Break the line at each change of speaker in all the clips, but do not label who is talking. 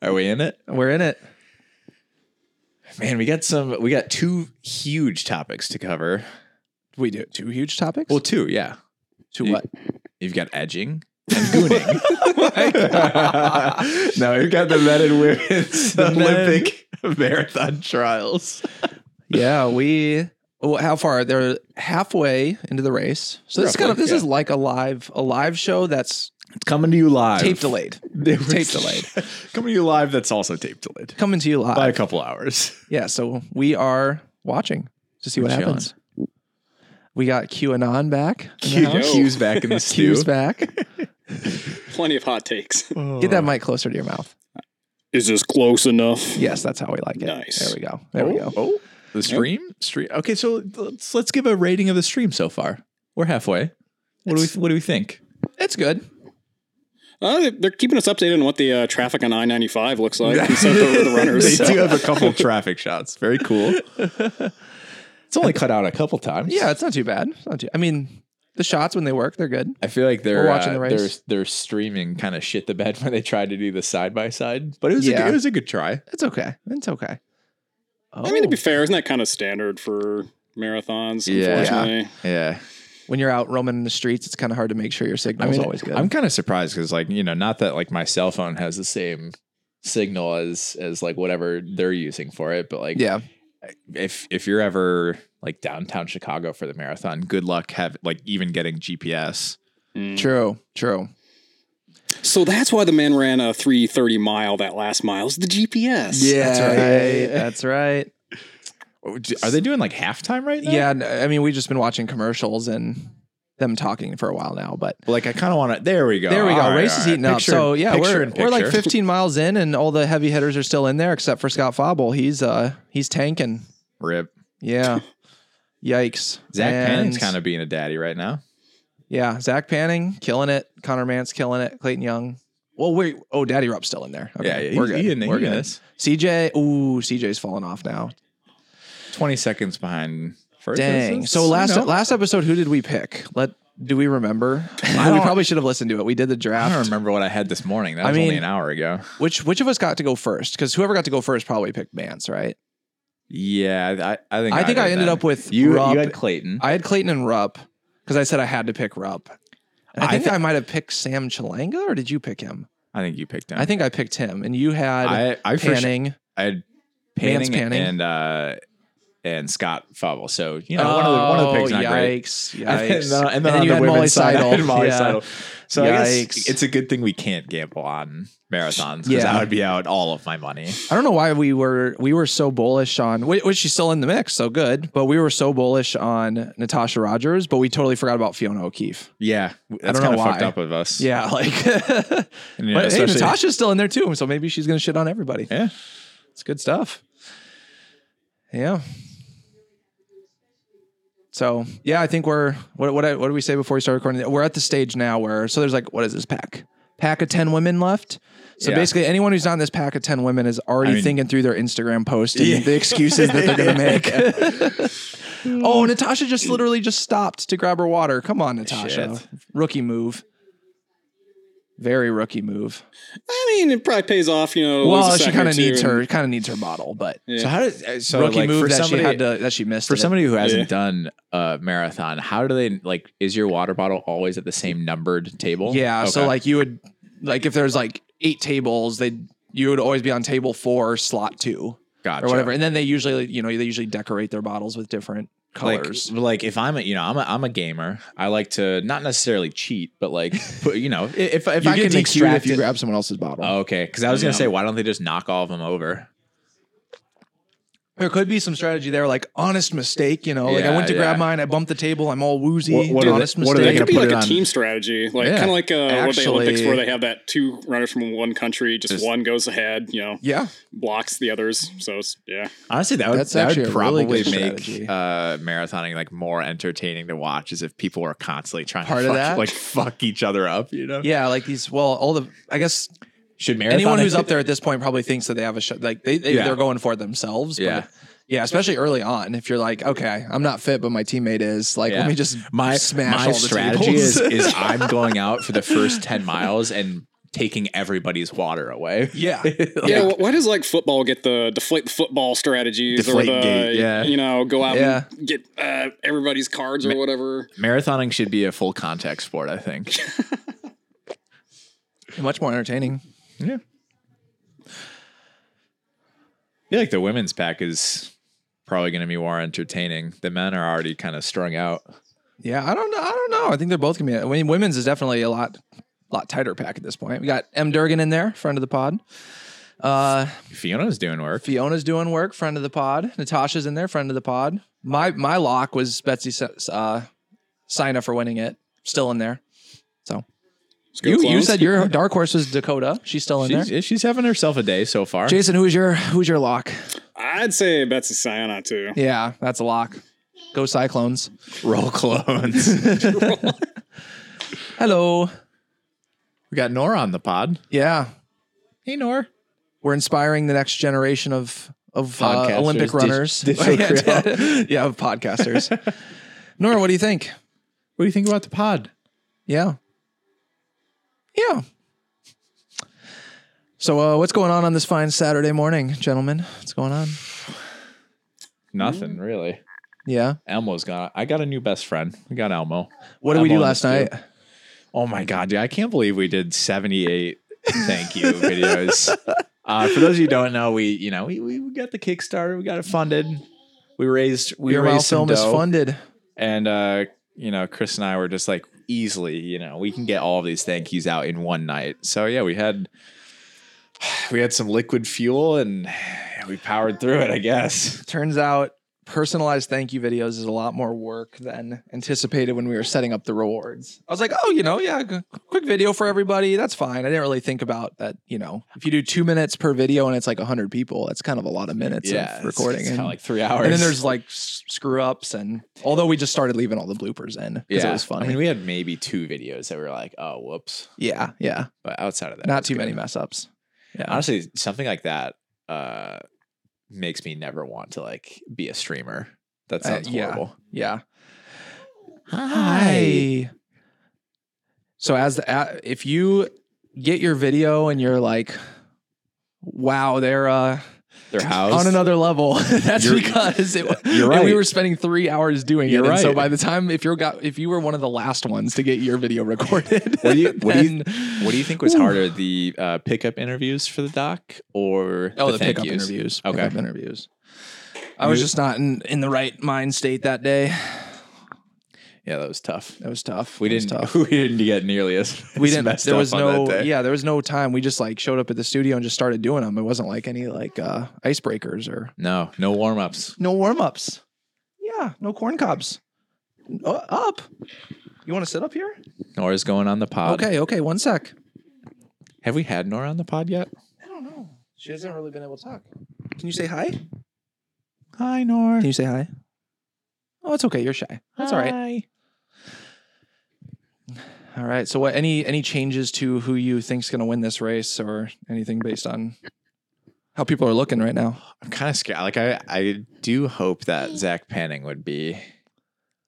Are we in it?
We're in it.
Man, we got some we got two huge topics to cover.
We do two huge topics.
Well, two, yeah.
to
you-
what?
You've got edging and gooning.
God.
no, you've got the men and women's
The men.
Olympic marathon trials.
yeah, we. Well, how far? They're halfway into the race, so this is kind of
Roughly,
this is like a live a live show that's
It's coming to you live.
tape delayed, tape delayed,
coming to you live, that's also tape delayed.
coming to you live.
By a couple hours.
Yeah, so we are watching to see
We're
what happens. We got QAnon back. in
Q-
the house.
Q's back in the stew. Oh.
Q's back.
Plenty of hot takes.
Get that mic closer to your mouth.
Is this close enough?
Yes, that's how we like it.
Nice.
There we go. There we go.
Oh, the stream, stream. Okay, so let's let's give a rating of the stream so far. We're halfway. What do we What do we think?
It's good.
Uh, they- they're keeping us updated on what the uh, traffic on I ninety five looks like. except over the runners.
they do have a couple traffic shots. Very cool. It's only cut out a couple times.
Yeah, it's not too bad. It's not too. I mean, the shots when they work, they're good.
I feel like they're
We're watching
uh,
the race.
they're they're streaming kind of shit the bed when they tried to do the side by side, but it was a
Yeah.
good, it was a good try.
It's okay. It's okay. Oh.
I mean, to be fair, isn't that kind of standard for marathons?
Yeah.
Unfortunately,
Yeah,
Oh. when you're out roaming in the streets, it's kind of hard to make sure your
I
signal's
mean,
always good.
I'm kind of surprised because like you know, not that like my cell phone has the same signal as as like whatever they're using for it, but like
yeah,
if if you're ever like downtown Chicago for the marathon, good luck have like even getting GPS.
Mm.
true, true.
so that's why the man ran a three thirty mile that last mile. Is the GPS?
that's right. That's right.
Are they doing like halftime right now?
Yeah, n- I mean, we've just been watching commercials and them talking for a while now, but
Like I kind of want to. There we go.
there we go.
All right,
Race
all
is
right.
eating up.
Picture-
So yeah,
picture
we're,
in
we're like
picture.
15 miles in, and all the heavy hitters are still in there except for Scott Fobble. He's uh he's tanking.
Rip.
Yeah. Yikes.
Zach
And-
Pannon's kind of being a daddy right now.
Yeah, Zach Panning killing it. Connor Mance killing it. Clayton Young. Well, wait. Oh, Daddy Rup's still in there. Okay,
yeah,
we're
he-
good.
he in- he
we're
in
good.
this.
CJ. Ooh, CJ's falling off now.
Twenty seconds behind. First
Dang. So last last episode, who did we pick? Let do we remember? we
don't-
probably should have listened to it. We did the
I don't
draft.
remember what I had this morning. That
I
was only
mean-
an hour ago.
Which which of us got to go first? Because whoever got to go first probably picked Mance, right?
Yeah, I, I think
I think
did
I
then.
ended up with
you.
Rupp.
You had Clayton.
I had Clayton and Rupp because I said I had to pick Rupp. And I
I
think I,
thi-
might have picked Sam Chalanga, or did you pick him?
I think you picked him.
I think I picked him, and you had
I I for sure-
Panning.
I had
Man's
Panning,
Panning.
and uh, and Scott Fobble. So you know, one of the one of the picks
Oh,
not great.
yikes,
And then,
Yikes!
uh, and then, on
you
the
had
women's
Molly
side, I
Seidel.
had Molly
Yeah.
Seidel. So I
Yikes.
guess it's a good thing we can't gamble on marathons because
Yeah.
I would be out all of my money.
I don't know why we were we were so bullish on whi- which she's still in the mix, so good. But we were so bullish on Natasha Rogers, but we totally forgot about Fiona O'Keefe.
Yeah, that's
don't know
kind of fucked
why.
up of us.
Yeah, like
And, you know,
but hey,
especially-
Natasha's still in there too, so maybe she's gonna shit on everybody.
Yeah,
It's good stuff. Yeah. So yeah, I think we're what what I- what did we say before we started recording? We're at the stage now where so there's like what is this pack? Pack of ten women left. So
Yeah.
basically, anyone who's not in this pack of ten women is already
I mean-
thinking through their Instagram post and
Yeah.
the excuses that they're going to make. oh, Natasha just literally just stopped to grab her water. Come on, Natasha,
Shit.
rookie move. Very rookie move.
I mean, it probably pays off. You know.
Well,
lose a
she
second
kind
or
of
two
needs
and-
her kind of needs her bottle, but
So how does uh, so
rookie
like,
move
for
that
somebody
she had to that she missed
for
it.
somebody who hasn't
Yeah.
done a marathon? How do they like? Is your water bottle always at the same numbered table?
Yeah, so
Okay.
like you would like if there's like eight tables, they you would always be on table four, slot two,
gotcha.
or whatever. And then they usually you know they usually decorate their bottles with different colors.
Like, like if I'm a you know I'm a I'm a gamer. I like to not necessarily cheat, but like put, you know i- if if I can extract it.
grab someone else's bottle.
Oh, okay, because I was gonna
Yeah.
say why don't they just knock all of them over?
There could be some strategy there, like honest mistake. You know, like I
Yeah,
went to
yeah.
grab mine, I bumped the table, I'm all woozy.
What- what are they-
honest
what are they
mistake.
It could
gonna
be
put
like
it
a
on-
team strategy, like
Yeah.
kind of like uh, what the Olympics,
Actually-
where they have that two runners from one country, just,
Just-
one goes ahead, you know,
yeah,
blocks the others. So it's, yeah,
Honestly, that would
That's
that
actually
would
a really
probably
good
make
strategy.
uh, marathoning like more entertaining to watch, is if people were constantly trying
Part
to
of
fuck,
that?
like fuck each other up. You know,
yeah, like these. Well, all the I guess
should marathon
anyone who's up there at this point probably thinks that they have a shot. Like they, they
Yeah.
they're going for it themselves.
Yeah.
But yeah, especially early on. If you're like, okay, I'm not fit, but my teammate is. Like,
Yeah.
let me just
my
smash
my
all the
strategy
tables.
is is I'm going out for the first ten miles and taking everybody's water away.
Yeah.
yeah, wh- why does like football get the deflate the football strategies
Deflate
or the
gate,
yeah.
you know go out
Yeah.
and get uh, everybody's cards or whatever?
Marathoning should be a full contact sport, I think.
Much more entertaining.
yeah. I feel like the women's pack is probably going to be more entertaining. The men are already kind of strung out.
Yeah, I don't know. I don't know. I think they're both gonna be. I mean, women's is definitely a lot, lot tighter pack at this point. We got M Durgan in there, friend of the pod. Uh,
Fiona's doing work.
Fiona's doing work, friend of the pod. Natasha's in there, friend of the pod. My my lock was Betsy S- uh, Sina for winning it. Still in there. So
Let's go
you you
Clones.
said your dark horse was Dakota. She's still in
She's,
there.
yeah, she's having herself a day so far.
Jason, who's your who's your lock?
I'd say Betsy Sayana too.
Yeah, that's a lock. Go Cyclones.
Roll clones.
Hello.
we got Nora on the pod.
Yeah,
Hey, Nora.
we're inspiring the next generation of of uh,
Podcasters,
Olympic
dig-
runners.
digital
yeah, yeah, of podcasters. Nora, what do you think?
What do you think about the pod?
Yeah, yeah. So, uh, what's going on on this fine Saturday morning, gentlemen? What's going on?
Nothing really.
Yeah.
Elmo's gone. I got a new best friend. We got Elmo.
What did we
I'm
do
on
last
this
night?
too. Oh my god, dude! I can't believe we did seventy-eight thank you videos. Uh, for those of you who don't know, we you know we, we we got the Kickstarter, we got it funded, we raised we
Your
raised some
film is
dough,
funded.
and uh, you know Chris and I were just like easily, you know, we can get all of these thank yous out in one night. So yeah, we had we had some liquid fuel and we powered through it. I guess.
Turns out, personalized thank you videos is a lot more work than anticipated when we were setting up the rewards. I was like, oh, you know, yeah, g- quick video for everybody. That's fine. I didn't really think about that. You know, if you do two minutes per video and it's like 100 people, that's kind of a lot of minutes of recording.
It's, it's
and,
kinda like three hours.
and then there's like s- screw ups. And although we just started leaving all the bloopers in because it was funny.
I mean, we had maybe two videos that were like, oh, whoops.
yeah, yeah.
But outside of that, it
Not
was
too
good.
many mess ups. Yeah.
Honestly, something like that uh, makes me never want to like be a streamer. That
Uh,
sounds
yeah.
horrible.
Yeah. Hi. So as the, a- if you get your video and you're like, wow, they're uh,
Their house.
on another level. That's
You're-
because it,
You're
and we
right.
were spending three hours doing
You're
it. And so
right.
by the time if you're got if you were one of the last ones to get your video recorded,
What do you- what do you-
then-
What do you think was
Ooh.
harder, the uh, pickup interviews for the doc or
Oh, the,
thank
pickup
yous?
interviews.
Okay.
Pickup interviews. I was
You-
just not in, in the right mind state that day.
Yeah, that was tough.
That was tough.
We
That was
didn't.
tough.
We didn't get nearly as.
we
as
didn't
messed
there
up
was
on
no
that day.
yeah there was no time we just like showed up at the studio and just started doing them it wasn't like any like uh icebreakers or
No, no warm ups.
no warm-ups yeah no corn cobs Uh, up you want to sit up here
Nora's going on the pod.
okay okay one sec
Have we had Nora on the pod yet?
i don't know she hasn't really been able to talk can you say hi can
Hi, Nora.
you say hi oh it's okay you're shy that's all right all right so what any any changes to who you think's going to win this race or anything based on how people are looking right now
I'm kind of scared. Like I, I do hope that Zach Panning would be,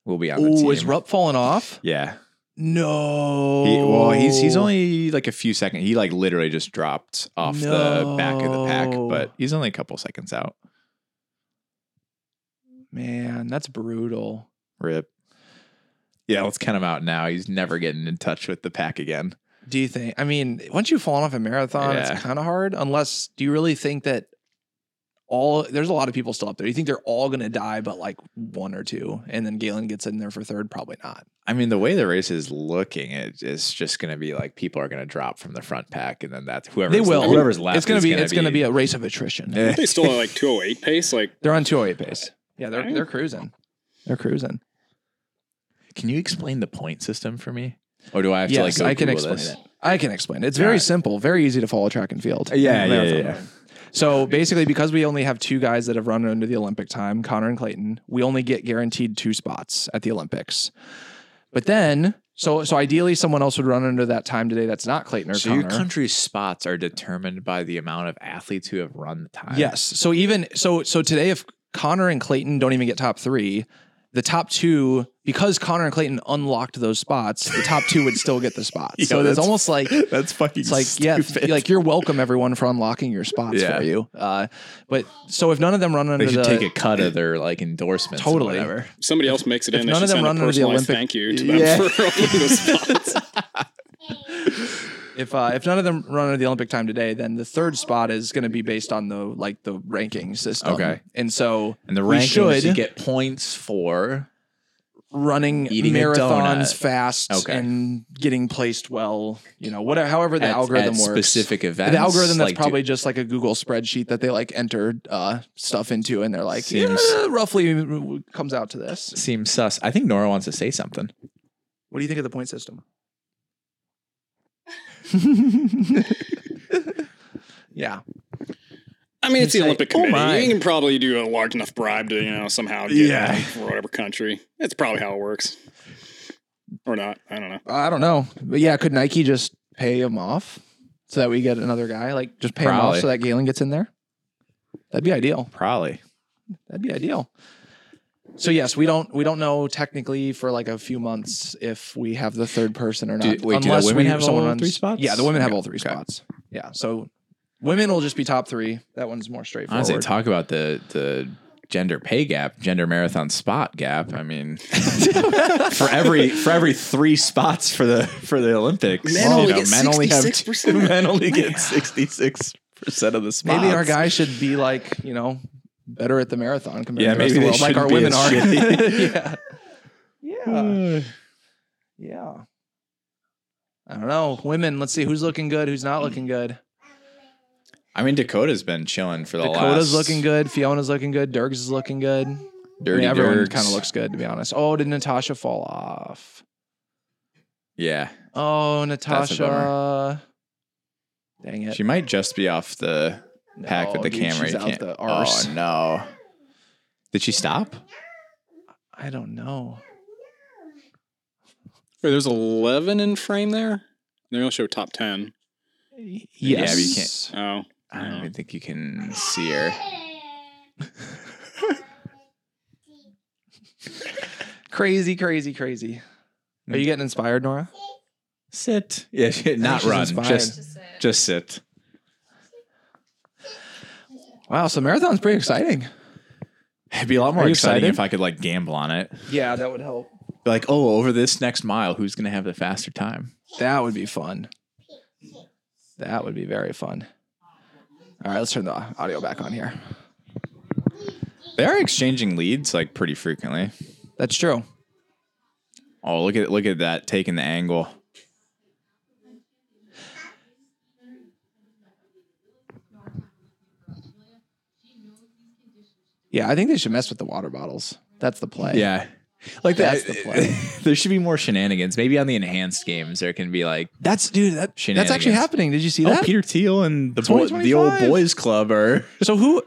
will be on the team.
oh is rupp falling off
yeah.
No.
He, well, he's
Oh.
he's only like a few seconds. He like literally just dropped off the back of the pack,
No.
but he's only a couple seconds out.
man, that's brutal.
Rip. Yeah, let's count him out now. He's never getting in touch with the pack again.
Do you think? I mean, once you've fallen off a marathon,
Yeah.
it's kind of hard. Unless, do you really think that all there's a lot of people still up there? You think they're all gonna die, but like one or two, and then Galen gets in there for third? Probably not.
I mean, the way the race is looking, it, it's just going to be like people are going to drop from the front pack, and then that's whoever's
They will.
Whoever's left,
it's gonna
is
be it's gonna be a race of attrition.
Eh.
They still at like 208 pace. Like
They're on 208 pace. Yeah, they're they're cruising. They're cruising.
Can you explain the point system for me, or do I have
yes,
to like? Go
I can
Google
explain
this?
it. I can explain it. It's very
Alright.
simple, very easy to follow track and field.
Yeah, yeah,
Marathon
yeah, yeah.
running. So basically, because we only have two guys that have run under the Olympic time, Connor and Clayton, we only get guaranteed two spots at the Olympics. But then, so so ideally, someone else would run under that time today. That's not Clayton or
So your
Connor.
country's spots are determined by the amount of athletes who have run the time.
Yes. So even so, so today, if Connor and Clayton don't even get top three, the top two because Connor and Clayton unlocked those spots, the top two would still get the spots.
Yo,
so it's
that's-
almost like
That's fucking
it's like yeah, th-
stupid.
like you're welcome everyone for unlocking your spots
Yeah.
for you. Uh, but so if none of them run under
they should
the
take a cut of their like endorsements. or
Totally.
whatever.
Somebody else makes it in. They
none of
should
them
send a
run under the
personalized
Olympic-
thank you to them
Yeah.
for opening the spots.
if uh, if none of them run under the Olympic time today, then the third spot is going to be based on the like the ranking system.
Okay.
and so
And the
we
rankings
should
you get points for.
running
Eating a
marathons
donut.
fast
Okay.
and getting placed well. You know, whatever, however the
at,
algorithm
at
works.
specific events.
the algorithm that's
like, do-
probably just like a Google spreadsheet that they like enter uh, stuff into, and they're like,
Seems-
yeah, roughly comes out to this.
seems sus. I think Nora wants to say something.
What do you think of the point system? yeah,
I mean, it's the
Say,
Olympic
"Oh
committee.
my."
you can probably do a large enough bribe to, you know, somehow get
Yeah.
in for whatever country. That's probably how it works. Or not. I don't know.
I don't know, but yeah, could Nike just pay him off so that we get another guy? Like, just pay him off
Probably.
so that Galen gets in there. That'd be ideal.
Probably.
That'd be ideal. So yes, we don't we don't know technically for like a few months if we have the third person or not.
Do- wait, do the women have all three spots?
Yeah, the women have all
Okay.
three
Okay.
spots. Yeah, so women will just be top three. That one's more straightforward.
Honestly, talk about the the gender pay gap, gender marathon spot gap. I mean, for every for every three spots for the for the Olympics,
Men only get
men only have
66%.
men only get sixty six percent of the spots.
maybe our guys should be like you know better at the marathon compared
Yeah,
to the rest
maybe they
of the world, like our women are.
shouldn't be
yeah, yeah, yeah. I don't know, women. Let's see who's looking good, who's
Hmm.
not looking good.
I mean, Dakota's been chilling for the
Dakota's
last.
looking good. Fiona's looking good. Dergs is looking good. I
Dirty
mean, everyone
Dirks.
kind of looks good, to be honest. Oh, did Natasha fall off?
Yeah,
Oh,
bummer.
Natasha. Dang it.
she might just be off the pack with
No,
the
dude,
camera.
she's
You
out
can't-
the arse.
oh no! Did she stop?
I don't know.
Wait, there's 11 in frame there? They only show top 10.
Yes.
Yeah, but you
Oh.
I don't even think you can see her.
Crazy, crazy, crazy. Are you getting inspired, Nora?
Sit. Yeah, she, not
she's
run.
inspired.
Just just sit.
Wow, so marathon's pretty exciting.
It'd be a lot more
Are you
exciting
excited?
if I could like gamble on it.
Yeah, that would help.
Be like, oh, over this next mile, who's gonna have the faster time?
That would be fun. That would be very fun. All right, let's turn the audio back on here.
They are exchanging leads like pretty frequently.
That's true.
Oh, look at look at that taking the angle.
Yeah, I think they should mess with the water bottles. That's the play.
Yeah. Like that.
That's the play.
there should be more shenanigans. Maybe on the enhanced games, there can be like
That's dude, that that's actually
Shenanigans.
happening. Did you see
oh,
that?
Peter Thiel and the boy, the old
2025.
boys club are.
So who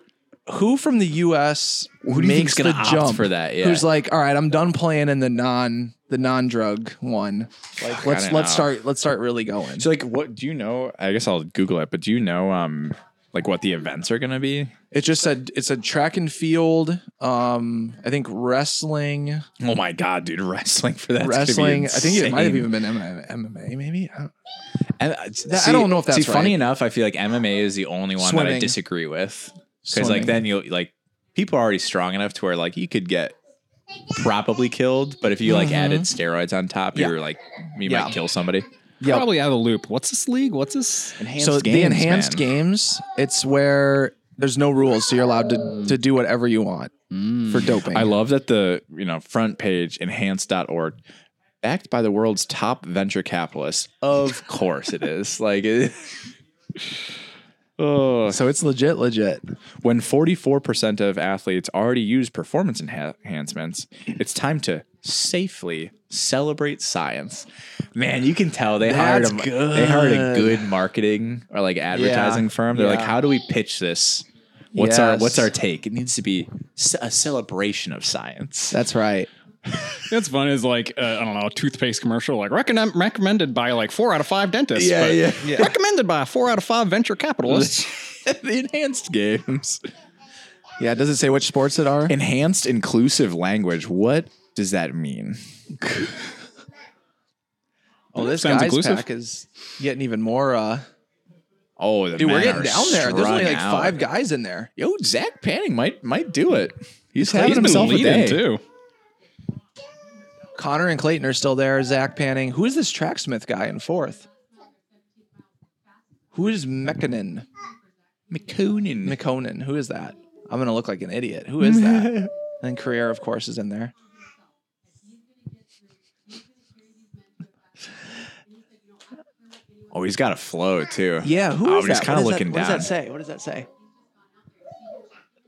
who from the US
do you
makes
think's gonna
the
opt
jump
for that? Yeah.
Who's like, all right, I'm done playing in the non the non drug one. Like
Fuck, I
let's
don't
let's
know.
start let's start really going.
So like, what do you know? I guess I'll Google it. But do you know um like what the events are gonna be?
it just said it's a track and field. Um, I think wrestling,
Oh my god, dude! Wrestling for that
wrestling. I think it might have even been MMA, maybe. I don't-
And, uh, see,
I don't know if that's
see, funny
right.
enough. I feel like MMA is the only one that I
Swimming.
disagree with because like
Swimming.
then you will like people are already strong enough to where like you could get probably killed, but if you like
Mhm.
added steroids on top,
Yeah.
you're like you
Yeah.
might kill somebody.
Yep.
Probably out of the loop. What's this league? What's this?
Enhanced
so the enhanced games, it's where there's no rules, so you're allowed to, to do whatever you want for doping.
Mm. I love that the you know front page enhanced.org backed by the world's top venture capitalists. Of course it is. Like it, Oh,
so it's legit, legit.
when 44% of athletes already use performance enha- enhancements, it's time to safely celebrate science. Man, you can tell they hired
That's
a, they hired a
good.
good marketing or like advertising firm. They're like,
Yeah.
how do we pitch this? What's our
Yes.
what's our take? It needs to be ce- a celebration of science.
That's right.
That's fun. Is like uh, I don't know, a toothpaste commercial, like recommend, recommended by like four out of five dentists. but
Yeah.
Recommended by four out of five venture capitalists.
the enhanced games.
Yeah, does it say which sports it are?
Enhanced inclusive language. What does that mean? oh, this
Sounds
Guys
inclusive.
pack is getting even more. uh
Oh, the
Dude, we're
men
getting
are
down there. There's only
strung
like
out.
five guys in there.
Yo, Zach Panning might might do it. He's having
He's been
himself a day
leading too.
Connor and Clayton are still there. Zach Panning. Who is this tracksmith guy in fourth? Who is Mekonen?
McConan.
McConan. Who is that? I'm gonna look like an idiot. Who is that? and Carrera, of course, is in there.
oh, he's got a flow too.
Yeah, who
Oh,
is
I'm
that?
just
What
kinda
is that-
looking
What
down.
does that say? What does that say?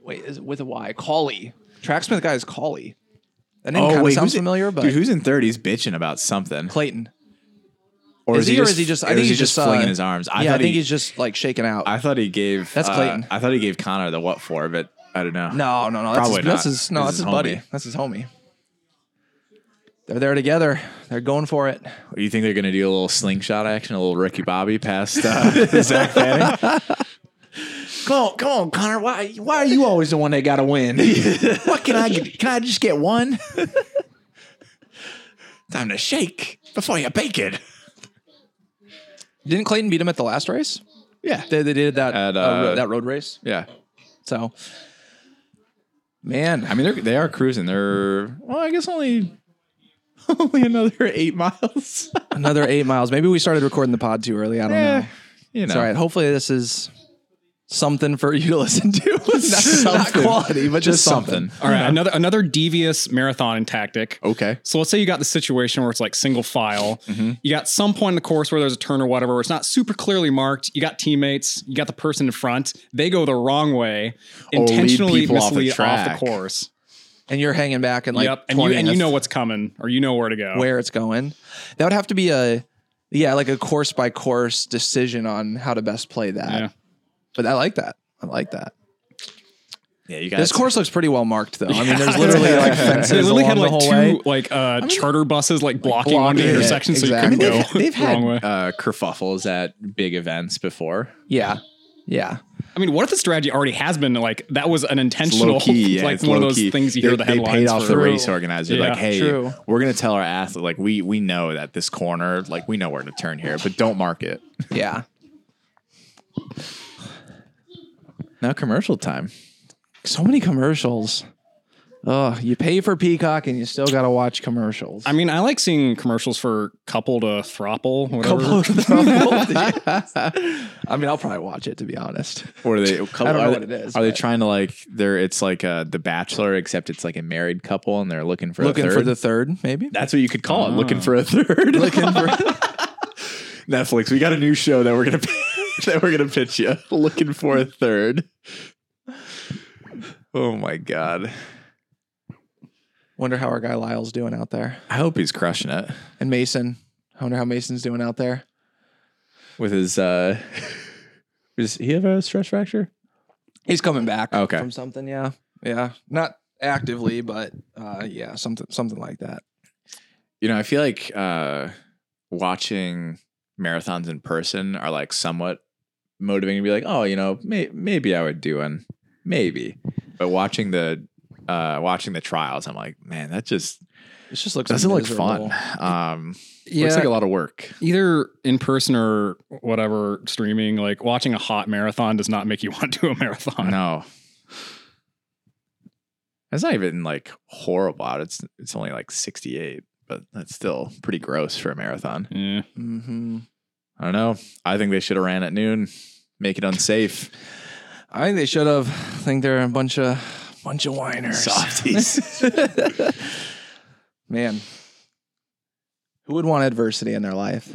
Wait, is it with a Y? Cauley. Tracksmith guy is Cauley. That name kind of sounds
Oh, who's in-
familiar, but
dude, who's in thirties bitching about something?
Clayton.
Or
Is, he, or is he just? I think
is he
he's
just,
just uh,
flinging his arms. I
yeah, I
thought
think
he,
he's just like shaking out.
I thought he gave.
That's
uh,
Clayton.
I thought he gave Connor the what for, but I don't know.
no, no, no. That's
Probably
his,
not.
that's his no,
This
that's
is
his buddy.
homie.
That's his homie. They're there together. They're going for it.
You think they're gonna do a little slingshot action, a little Ricky Bobby past uh, Zach Fanning? come on, come on, Connor. Why, why are you always the one that got to win? what can I get? Can I just get one? Time to shake before you bake it.
Didn't Clayton beat him at the last race?
Yeah,
They, they did that
At,
uh, ro-
uh,
that road race.
yeah.
So, man,
I mean, they're they are cruising. They're well, I guess only only another eight miles. Eh,
another eight miles. Maybe we started recording the pod too early. I don't know.
you know.
It's all right. Hopefully, this is something for you to listen to. not, not
Something.
quality, but
Just
just,
something.
something.
All right, another another devious marathon tactic.
Okay.
So let's say you got the situation where it's like single file. You got some point in the course where there's a turn or whatever where it's not super clearly marked. You got teammates. You got the person in front. They go the wrong way,
lead
intentionally
people off the
mislead off the,
track.
course.
And you're hanging back and like
yep, and you and you
20th.
know what's coming or you know where to go.
where it's going. That would have to be a yeah, like a course by course decision on how to best play that.
Yeah.
But I like that. I like that.
Yeah, you guys.
This course looks pretty well marked though. I mean, there's literally like fences
They literally
along
had
the
like
whole
two
way.
like uh, charter buses like blocking, one
blocking it.
intersection
Exactly.
so you couldn't
they've,
go
they've
the wrong
had
way.
uh, kerfuffles at big events before.
Yeah, yeah.
I mean, what if the strategy already has been like that was an intentional like one of those things you hear the headlines
They paid off
for.
the race organizer,
Yeah.
like, "Hey,
True.
we're gonna tell our athlete, like, we we know that this corner, like, we know where to turn here, but don't mark it."
Yeah.
Now commercial time.
So many commercials. Oh, you pay for Peacock and you still got to watch commercials.
I mean, I like seeing commercials for couple to thropple, whatever.
I mean, I'll probably watch it to be honest.
What are they?
I don't know
are
what
they,
it is,
Are they
but-
trying to like? They're it's like uh, the Bachelor, except it's like a married couple, and they're looking for
Looking
a third.
for the third, maybe.
That's what you could call it. Looking for a third. Looking for Netflix. We got a new show that we're gonna that we're gonna pitch you. Looking for a third. Oh my god!
Wonder how our guy Lyle's doing out there.
I hope he's crushing it
And Mason. I wonder how Mason's doing out there.
with his. uh Does he have a stress fracture?
He's coming back.
Okay.
From something, yeah. Yeah. Not actively, but uh yeah, something something like that.
You know, I feel like uh watching marathons in person are like somewhat motivating to be like, oh, you know, may- maybe I would do one, maybe. But watching the uh watching the trials, I'm like, man, that just
It just looks
doesn't look fun.
miserable.
Um,
Yeah.
looks like a lot of work.
Either in person or whatever streaming, like watching a hot marathon does not make you want to do a marathon.
No, that's not even like horrible. Out. It's it's only like sixty eight, but that's still pretty gross for a marathon.
Yeah.
Mm-hmm.
I don't know. I think they should have ran at noon, make it unsafe.
I think they should have. I think they're a bunch of bunch of whiners.
Softies.
Man. Who would want adversity in their life?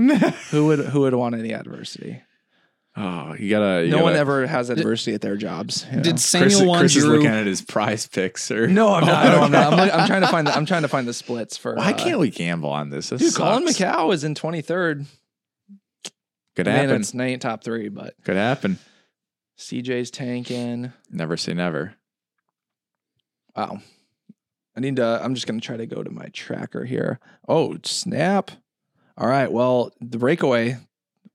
who would who would want any adversity?
oh, you gotta. You
No
gotta,
one ever has adversity at their jobs. you know?
Did
Chris,
Samuel
Chris is
Drew-
looking at his prize picks. Or
no, I'm not. No, I'm not. I'm, look- I'm trying to find the I'm trying to find the splits for
Why
uh,
can't we gamble on this? this
Dude, Colin
sucks.
McCow is in 23rd.
Could
I mean,
happen.
it's it ain't top three, but
Could happen.
CJ's tanking.
Never say never.
Wow. I need to, I'm just going to try to go to my tracker here. Oh, snap. All right. Well, the breakaway,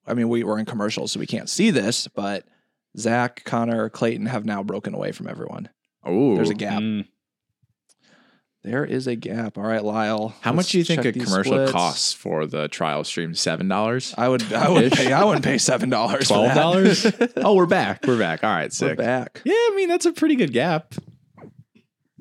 I mean, we were in commercials, so we can't see this, but Zach, Connor, Clayton have now broken away from everyone.
Oh,
There's a gap.
Mm.
There is a gap. All right, Lyle.
How
let's
much do you think
check
a
these
commercial
splits.
costs for the trial stream? Seven dollars?
I would. I would
Ish.
pay. I wouldn't pay seven dollars.
Twelve dollars? oh, we're back. We're back. All right,
We're
sick.
back.
Yeah, I mean that's a pretty good gap.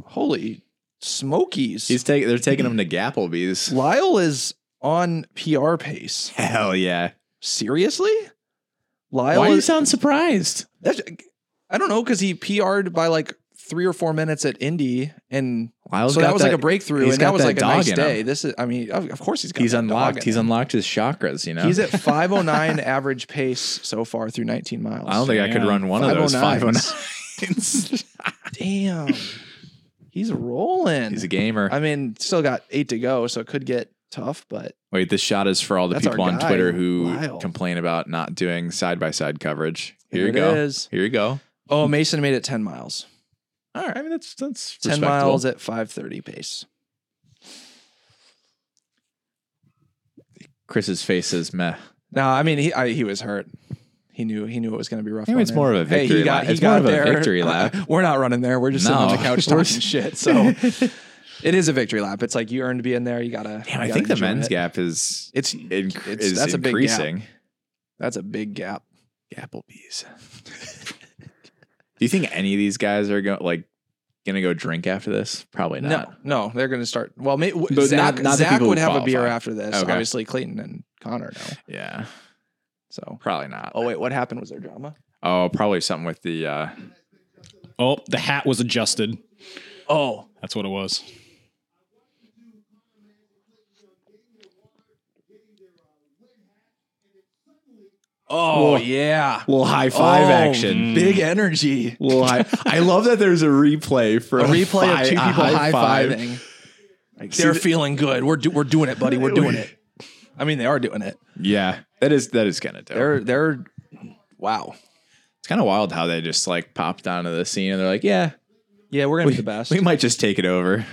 Holy smokies!
He's taking. They're taking him to Gapplebee's.
Lyle is on PR pace.
Hell yeah!
Seriously, Lyle.
Why do you
is-
sound surprised?
that's, I don't know because he PR'd by like three or four minutes at Indy, and
Lyle's
so that
got
was like a breakthrough,
he's
and that
got
was
that
like a
dog
nice
in him.
day. This is. I mean, of of course he's got
He's
that dog
unlocked.
in
He's
him.
unlocked his chakras. You know.
He's at 509 average pace so far through 19 miles.
I don't think I could
Yeah.
run one of those five oh
509s.
nines.
Damn. He's rolling.
He's a gamer.
I mean, still got eight to go, so it could get tough, but
Wait, this shot is for all the
That's our
people on
guy,
Twitter who
Lyle.
complain about not doing side by side coverage. Here
there
you
it
go.
is.
Here you go.
Oh, Mason made it 10 miles.
All right, I mean that's that's
10
respectable.
miles at 530 pace.
Chris's face is meh.
No, I mean, he I, he was hurt. He knew he knew it was going to be rough.
Maybe
on
it's
him.
more of a
Hey,
victory
he got,
lap.
he
It's more
got
of a
there.
victory lap.
We're not running there. We're just sitting on
No.
the couch
We're-
talking shit. So it is a victory lap. It's like you earned to be in there. You gotta.
Damn,
you
I
gotta
think the
enjoy
men's
it.
gap is
It's
inc-
It's-
is
that's a big gap.
increasing.
that's a big gap.
Gapplebees. Do you think any of these guys are going like gonna go drink after this? Probably not.
No, no, they're going to start. Well, may, w-
But
Zach,
not- not the
Zach
people who
would have a beer
qualify.
after this.
Okay.
Obviously, Clayton and Connor know.
Yeah,
So,
probably not.
oh wait, what happened? Was there drama?
Oh, probably something with the. uh
Oh, the hat was adjusted.
Oh,
That's what it was.
oh yeah,
little high
Oh, big energy.
Little high- I love that there's a replay for
A replay of two people high
five.
fiving. They're feeling good. We're do, we're doing it, buddy. We're doing it. I mean, they are doing it.
Yeah, that is that is kind of dope.
They're they're wow.
It's kind of wild how they just like popped onto the scene and they're like, yeah,
Yeah, we're gonna be the best.
we might just take it over.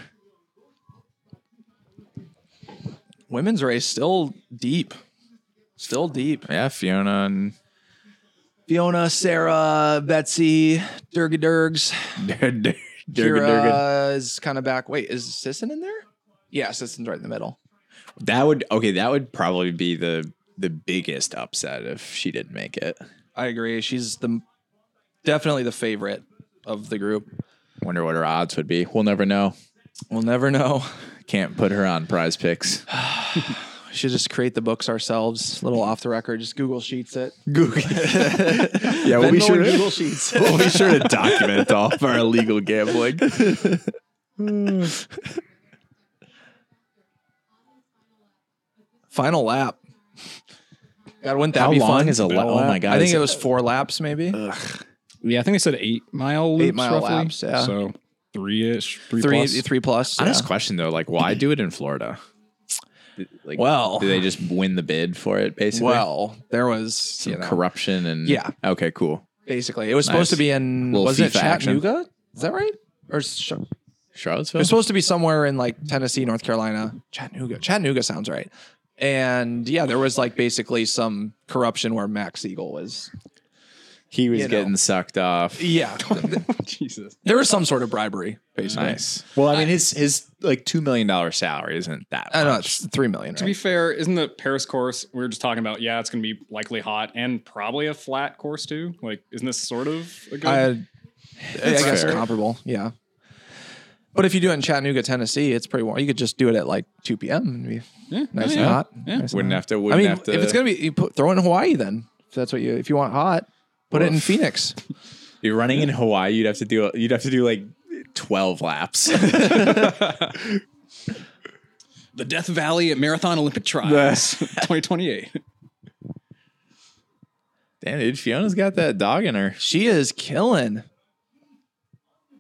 Women's race still deep, still deep.
Yeah, Fiona and
Fiona, Sarah, Betsy, Durga Durgs.
Durgan
Kira
Durgan.
is kind of back. Wait, is Sisson in there? Yeah, Sisson's right in the middle.
That would okay. That would probably be the the biggest upset if she didn't make it.
I agree. She's the definitely the favorite of the group.
Wonder what her odds would be. We'll never know.
We'll never know.
Can't put her on Prize Picks.
We should just create the books ourselves. A little off the record. Just Google Sheets it.
Google. yeah,
Oh,
we'll be
Venmo
sure.
and
To,
Google Sheets.
we'll be sure to document all of our illegal gambling.
Final lap. God, wouldn't that
How
be
long
fun?
is a lap? Oh my god!
I think
is
it was four laps, maybe.
Uh, Yeah, I think they said eight mile loops.
Eight mile
roughly.
laps, yeah.
So three ish, three,
three,
plus.
three plus.
Honest
yeah.
question though, like why do it in Florida? Like,
Well-
do they just win the bid for it? Basically,
Well, there was you
Some
know,
corruption and
Yeah.
Okay, cool.
basically it was supposed
Nice.
to be in
Little
was it
FIFA action.
Chattanooga? Is that right? Or sh- it
Charlottesville.
was supposed to be somewhere in like Tennessee, North Carolina, Chattanooga. Chattanooga sounds right. And yeah, there was like basically some corruption where Max Siegel was.
he was
you know.
getting sucked off.
Yeah,
Jesus.
there was some sort of bribery. Basically,
Nice. Uh, Well, I mean, his his like two million dollar salary isn't that.
I don't know
much.
it's three million.
To be fair, isn't the Paris course we were just talking about? Yeah, it's going to be likely hot and probably a flat course too. Like, isn't this sort of a good?
I, I guess
fair.
comparable. Yeah. But if you do it in Chattanooga, Tennessee, it's pretty warm. You could just do it at like 2 p.m. and be
yeah,
nice
yeah,
and hot.
yeah.
Nice and
Wouldn't
hot.
have to. Wouldn't
I mean,
have to.
if it's gonna be, you put, throw it in Hawaii then. If that's what you, if you want hot, put it in
Woof.
Phoenix.
you're running in Hawaii, you'd have to do. You'd have to do like twelve laps.
The Death Valley at Marathon Olympic Trials, 2028.
Damn, dude, Fiona's got that dog in her.
She is killing.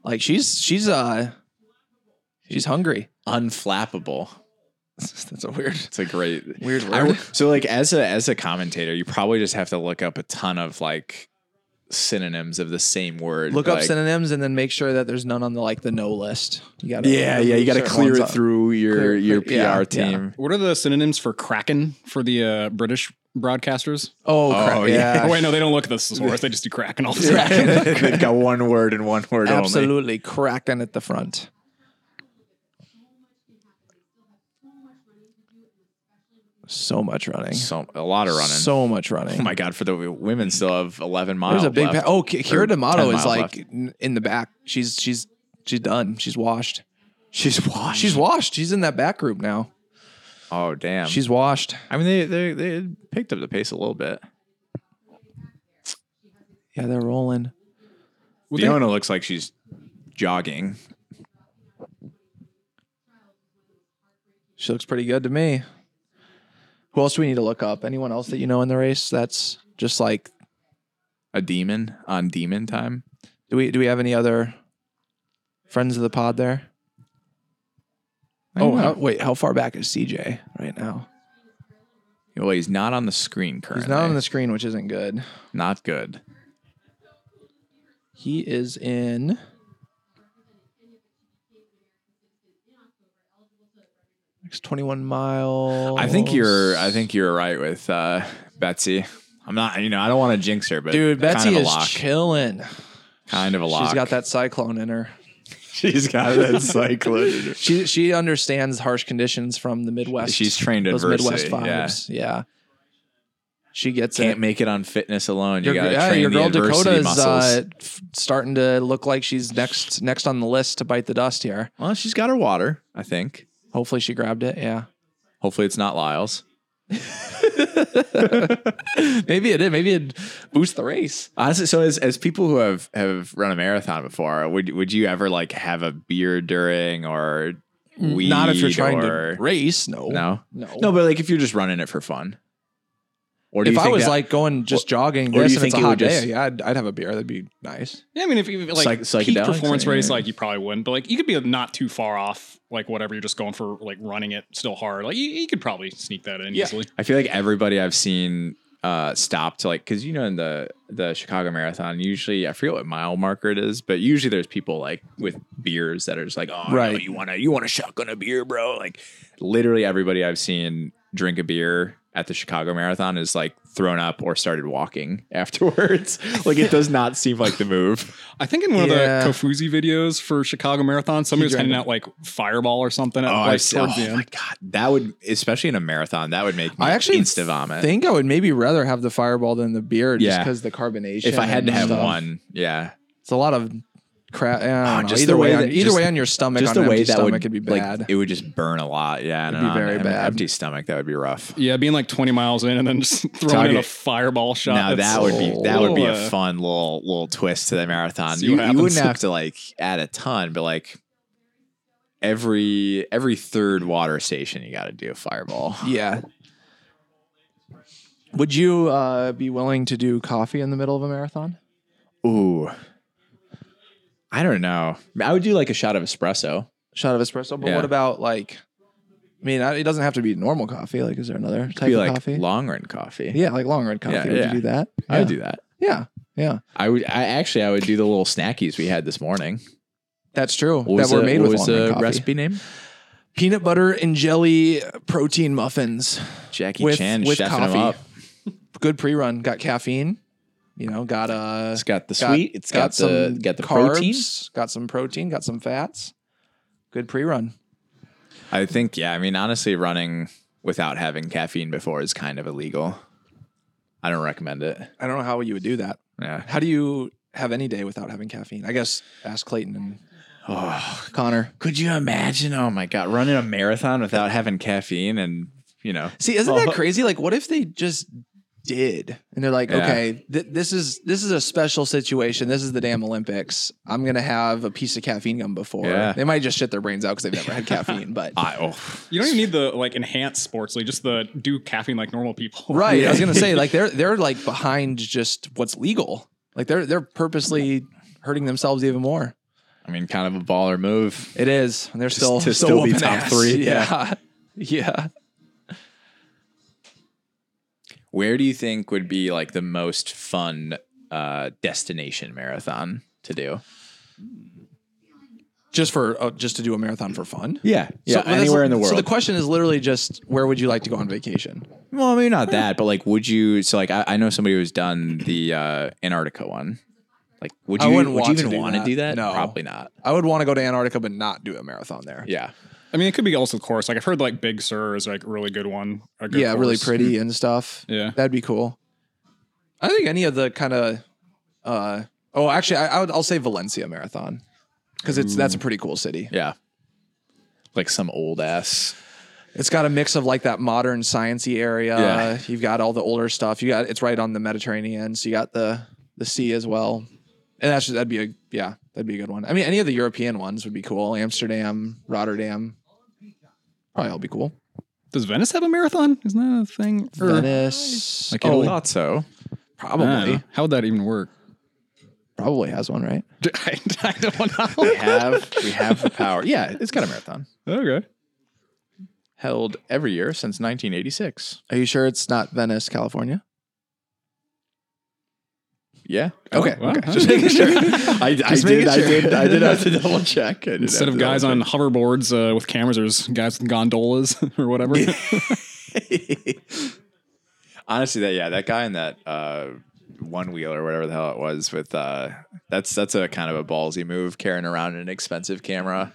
Like she's she's uh she's hungry.
Unflappable.
that's a weird
It's a great.
weird
I
word.
w- so like as a as a commentator, you probably just have to look up a ton of like synonyms of the same word.
Look up
Like-
synonyms and then make sure that there's none on the like the no list. You gotta
Yeah, yeah, you got to
certain
clear
ones
it
up.
through your
Clear-
your PR
clear- yeah,
team.
What are the synonyms for Kraken for the uh, British broadcasters?
Oh,
Oh,
crap.
yeah.
yeah.
Oh, wait, no, they don't look at the source. They just do Kraken all the time.
They've got one word and one word
Absolutely cracking at the front. So much running.
So a lot of running.
So much running.
oh my god, for the women still have eleven miles.
There's a big. Pa-
left.
oh, Ki- Kira
10
D'Amato is
miles
like
left.
n in the back. She's she's she's done. She's washed.
she's washed.
oh, She's washed. She's in that back group now.
oh damn.
She's washed.
I mean, they they they picked up the pace a little bit.
Yeah, they're rolling.
Would they-
Fiona looks like she's jogging.
She looks pretty good to me. Who else do we need to look up? Anyone else that you know in the race? That's just like.
A demon on demon time.
Do we do we have any other friends of the pod there?
I don't
Oh
know.
how, wait, how far back is CJ right now?
well, he's not on the screen currently.
He's not on the screen, which isn't good.
Not good.
He is in. Next 21 miles.
I think you're. I think you're right with uh, Betsy. I'm not. You know, I don't want to jinx her, but
Dude, Betsy
kind of a
is
lock.
chilling.
kind of a lock.
She's got that cyclone in her.
She's got that cyclone.
She she understands harsh conditions from the Midwest.
She's trained
those
adversity.
Midwest vibes. Yeah. She gets
Can't
it.
make it on fitness alone. You
Your,
got to
yeah,
train
your
the
girl
adversity
Dakota is
muscles.
uh, f- starting to look like she's next next on the list to bite the dust here.
well, she's got her water. I think.
Hopefully she grabbed it. Yeah.
Hopefully, it's not Lyle's.
Maybe it did. Maybe it boosts the race.
Honestly, so as as people who have have run a marathon before, would would you ever like have a beer during or weed
Not if you're trying
or-
to race. No.
no
No.
no, but like if you're just running it for fun, or do
if
you
I
think
was
that
like going just jogging
or do
this
you
and
think
it's a
it
hot
would
day,
just-
yeah, I'd, I'd have a beer. That'd be nice.
Yeah, I mean, if you like
Psych-
peak
psychedelics,
performance
yeah.
race, like you probably wouldn't, but like you could be not too far off, like whatever you're just going for, like running it still hard. Like you, you could probably sneak that in
Yeah.
easily.
I feel like everybody I've seen uh, stop to like because you know in the the Chicago Marathon usually I forget what mile marker it is, but usually there's people like with beers that are just like, oh, right,
Right.
you want to you want to shotgun a beer, bro? Like literally everybody I've seen drink a beer at the Chicago Marathon is like thrown up or started walking afterwards. like it does not seem like the move.
I think in one
Yeah.
of the Kofuzi videos for Chicago Marathon, somebody was
drank
handing out like Fireball or something at
Oh,
like
I've seen,
towards the
oh
end.
my god, that would especially in a marathon that would make me
I actually
insta vomit.
think I would maybe rather have the fireball than the beer just
Yeah.
because the carbonation.
if I had to
and
have
stuff.
one, yeah,
it's a lot of crap.
Oh,
Just
just
either
the
way,
way
on,
that-
either
just-
way on your stomach,
just
on
the way
empty
that
stomach
would
could be
like,
bad.
it would just burn a lot. Yeah,
It'd
no,
be
no,
very
an em-
bad.
Empty stomach, that would be rough.
Yeah, being like 20 miles in and then just throwing in a
Target.
fireball shot.
now
That's
that would be
so-
that would be a
little, uh,
fun little little twist to the marathon.
see what
You, you wouldn't
happens.
have to like add a ton, but like every every third water station, you got to do a fireball.
yeah. Would you uh, be willing to do coffee in the middle of a marathon?
Ooh, I don't know. I would do like a shot of espresso.
Shot of espresso, but
Yeah.
what about like? I mean, I- it doesn't have to be normal coffee. Like, is there another type
be
of
like
coffee?
long run coffee.
yeah, like long red coffee.
Yeah,
would
yeah.
you do that?
I would
Yeah.
do that.
Yeah, yeah,
I would. I actually, I would do the little snackies we had this morning.
that's true.
What
that
was
were
the-
made
what
with
was
long
the
coffee.
recipe name?
peanut butter and jelly protein muffins.
Jackie
With-
Chan
with
chefing 'em
coffee.
up.
Good pre-run. Got caffeine. You know, got uh,
It's got the
got-
sweet. it's got, the got the
carbs,
protein.
Got some protein. Got some fats. Good pre-run.
I think yeah. I mean, honestly, running without having caffeine before is kind of illegal. I don't recommend it.
I don't know how you would do that.
Yeah.
How do you have any day without having caffeine? I guess ask Clayton and
Oh,
Connor.
could you imagine? Oh my god, running a marathon without having caffeine and you know.
See, isn't that
Oh.
crazy? Like, what if they just did, and they're like,
Yeah.
okay, th- this is this is a special situation. This is the damn Olympics. I'm gonna have a piece of caffeine gum before.
Yeah.
They might just shit their brains out because they've never had caffeine. But
I, oh,
You don't even need the like enhanced sports league, just the do caffeine like normal people.
Right. I was gonna say like they're they're like behind just what's legal. Like they're they're purposely hurting themselves even more.
I mean, kind of a baller move.
It is, and they're
Just
still
to
still,
still be
whooping
top
ass.
three.
Yeah, yeah.
Where do you think would be like the most fun uh, destination marathon to do?
Just for uh, just to do a marathon for fun.
Yeah, yeah,
well, that's-
anywhere in the world.
So the question is literally just where would you like to go on vacation?
Well, I mean, not that, but like, would you? So, like, I, I know somebody who's done the uh, Antarctica one. Like, would
I
you?
wouldn't
would you
want to
even
do
want to
that.
do that?
No.
probably not.
I would want to go to Antarctica but not do a marathon there.
Yeah,
I mean, it could be also the course. Like I've heard like Big Sur is like a really good one. a good
yeah, really
course.
pretty and stuff.
Yeah.
That'd be cool. I think any of the kind of, uh, oh, actually, I, I would, I'll say Valencia Marathon because it's that's a pretty cool city.
Yeah. Like some old ass.
It's got a mix of like that modern sciency area.
Yeah.
You've got all the older stuff. You got it's right on the Mediterranean, so you got the the sea as well. And that's that'd be a yeah, that'd be a good one. I mean, any of the European ones would be cool. Amsterdam, Rotterdam, probably all be cool.
Does Venice have a marathon? Isn't that a thing? Or-
Venice,
Like
oh,
Italy?
Thought so. Ah.
I don't
probably
know. How would that even work?
probably has one, right?
I, I don't
We
know.
have we have the power. Yeah, it's got a marathon
okay.
held every year since 1986.
Are you sure it's not Venice, California?
Yeah.
Okay,
wow.
okay. Just making sure. I, I
Just
did.
making
I
sure.
did. I did have to double check. I did
Instead
have to
of guys
double
on hoverboards uh, with cameras, there's guys with gondolas or whatever.
check. Honestly, that yeah, that guy in that uh, one wheel or whatever the hell it was with uh, that's that's a kind of a ballsy move, carrying around an expensive camera,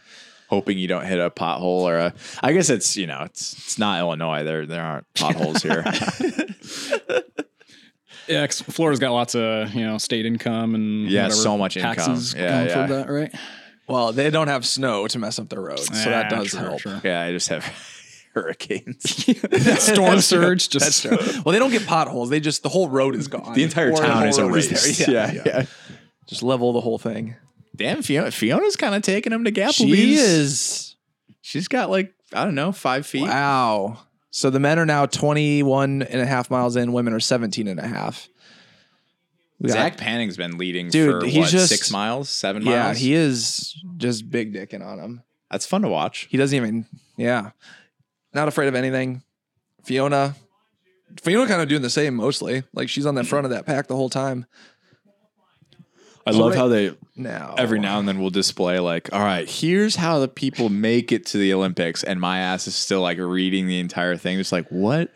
hoping you don't hit a pothole or a. I guess it's you know it's it's not Illinois. There there aren't potholes here.
Yeah, 'cause Florida's got lots of you know state income and
Yeah,
whatever
so much income.
taxes
Yeah,
going
yeah.
from that, right?
Well, they don't have snow to mess up the roads, so that
Ah,
does
true,
help.
true.
yeah, I just have hurricanes.
Storm surge,
That's
just
true. well, they don't get potholes. They just the whole road is gone.
The entire
Or the
town
whole
is a
road
race.
there.
yeah. yeah.
Just level the whole thing.
Damn, Fiona, Fiona's kind of taking him to Gapplebee's.
She is.
She's got like, I don't know, five feet.
Wow. So the men are now 21 and a half miles in, women are 17 and a half. We got-
Zach Panning's been leading
Dude,
for
he's
what,
just-
six miles, seven
yeah,
miles.
he is just big dicking on him.
That's fun to watch.
He doesn't even, yeah. Not afraid of anything. Fiona, Fiona kind of doing the same mostly. Like she's on the front of that pack the whole time.
I
love how
they Oh,
Now,
every now and then will display like, all right, here's how the people make it to the Olympics, and my ass is still like reading the entire thing, just like what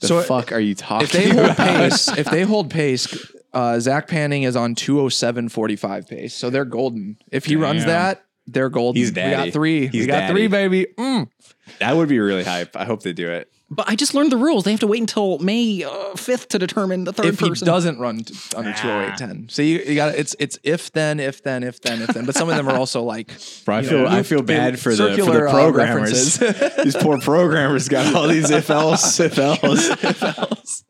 the
So,
fuck are you talking
if they hold
about?
pace, if they hold pace, uh, Zach Panning is on 207.45 pace, so they're golden. If he runs
Damn.
that, they're golden.
He's
We
daddy.
got three.
He's
we got
daddy.
three, baby. Mm.
that would be really hype. I hope they do it.
But I just learned the rules. They have to wait until May fifth to determine the third
If he
person.
doesn't run t- under 208.10, so you, you got it's it's if then if then if then if then. But some of them are also like
Bro, I
you
feel
know,
I feel
looped in
bad for the for
circular,
the
uh,
programmers.
references.
these poor programmers got all these if else if else.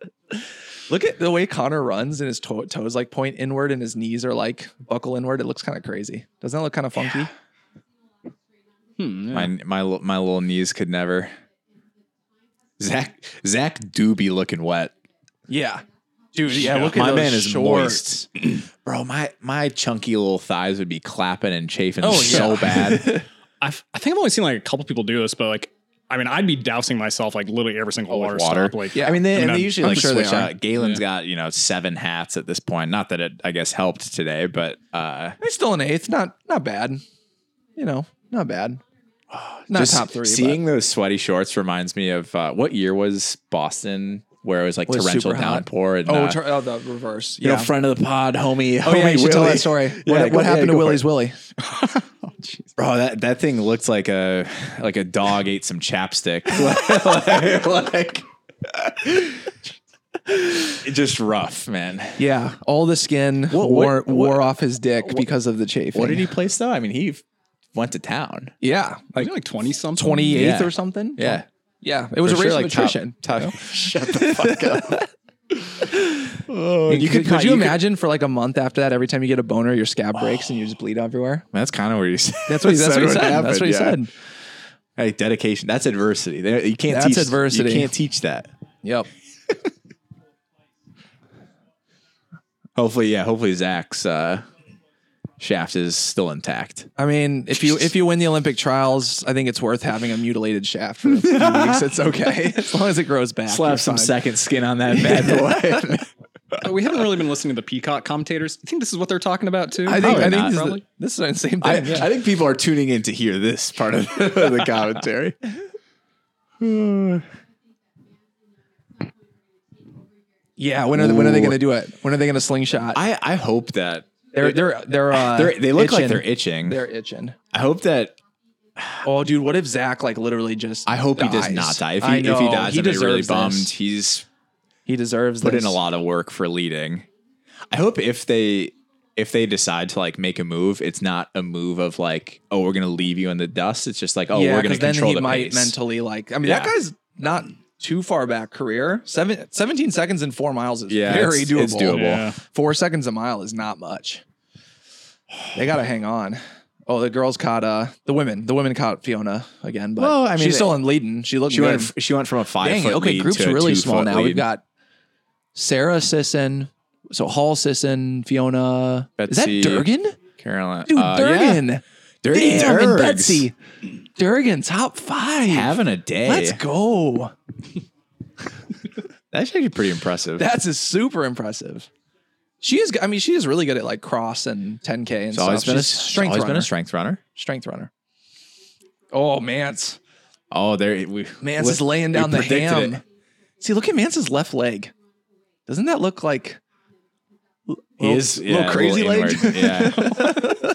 Look at the way Connor runs and his to- toes like point inward and his knees are like buckle inward. It looks kind of crazy. Doesn't that look kind of funky?
Hmm, yeah.
My my li- my little knees could never. Zach Zach do be looking wet.
Yeah. Dude, yeah, look at
my
those
man is
shorts.
moist, bro. My my chunky little thighs would be clapping and chafing
Oh,
so
yeah.
bad.
I, f- I think I've only seen like a couple people do this, but like, I mean, I'd be dousing myself like literally every single
Oh, with
water,
water?
stop. Like,
I mean, they,
I mean,
and they
I'm-
usually
I'm
like
sure they
switch
are.
out. Galen's got you know seven hats at this point. Not that it I guess helped today, but uh,
It's still an eighth. Not not bad. You know, not bad. Not
just
top three.
Seeing those sweaty shorts reminds me of uh, what year was Boston where it was like
Was
torrential
super hot.
downpour and
but, oh,
uh,
tur- oh, the reverse.
you
yeah.
know friend of the pod, homie.
oh yeah, you should tell
Willie.
that story.
Yeah,
what
go-
what
yeah, go
happened to
for it.
Willie's Willie?
Bro, that, that thing looked like a like a dog ate some chapstick. like, just rough, man.
Yeah, all the skin
What-
wore
what-
wore off his dick because of the chafing.
What did he place though? I mean, he f- went to town.
Yeah,
like,
like
like 20 something.
twenty eighth
Yeah.
or something.
Yeah,
yeah. It was
For
a
sure,
race of
like, top-
attrition.
top- Shut the fuck up. oh,
You could, could you imagine for like a month after that, every time you get a boner, your scab breaks and you just bleed everywhere?
that's kind of what he said.
That's what he, that's what he said. that's what he said.
Hey, dedication. That's adversity. They- You can't
That's
teach
adversity.
You can't teach that.
Yep.
Hopefully, yeah. Hopefully, Zach's uh, shaft is still intact.
I mean, if you if you win the Olympic trials, I think it's worth having a mutilated shaft for a few weeks. It's okay as long as it grows back.
Slap
you're
some
fine.
second skin on that bad boy.
Uh, we haven't really been listening to the Peacock commentators. I think this is what they're talking about too.
I think
Probably
I think
not.
this is, the,
Probably.
this is the same
I,
thing. yeah.
I think people are tuning in to hear this part of the commentary.
yeah. When are when are they
Ooh.
going to do it? When are they going to slingshot?
I, I hope that
they're they're they're uh,
they're, they look like
itching.
they're itching.
they're itching.
I hope that
Oh, dude, what if Zach like literally just?
I hope he does
dies?
not die. If
I
he, if he
know,
dies, I'm gonna be really
deserves this.
bummed. He's
He deserves
put
this.
in a lot of work for leading. I hope if they if they decide to like make a move, it's not a move of like, oh, we're gonna leave you in the dust. It's just like, oh,
yeah,
we're gonna
because then
control
he
the
might
pace.
mentally like. I mean, that
Yeah.
guy's not too far back career. Seven, 17 seconds and four miles is
Yeah,
very
it's-
doable.
it's doable.
Yeah.
Four seconds a mile is not much. They got to hang on. Oh, the girls caught uh the women. The women caught Fiona again, but
Well, I mean,
she's still in leading. She looked
she
good.
went. f- She went from a five.
Dang,
foot
okay,
lead
group's
to a
really
two
small
foot
now.
Lead.
We've got Sarah Sisson, so Hall Sisson, Fiona.
Betsy.
Is that Durgan?
Carolina.
Dude,
uh, yeah.
Durgan.
Dirty
Damn, and
Dirgs.
Betsy. Durgan, top five.
having a day.
Let's go.
That's actually pretty impressive.
That's is super impressive. She is. I mean, she is really good at like cross and 10k and
it's
stuff.
always been a
She's
strength. Always been a strength runner.
strength runner. Oh, Mance.
Oh, there we
Mance
we-
is
we
laying down the
predicted
ham.
it.
See, look at Mance's left leg. Doesn't that look like
He
Little-
is
little
yeah,
crazy
little
leg?
inward, Yeah.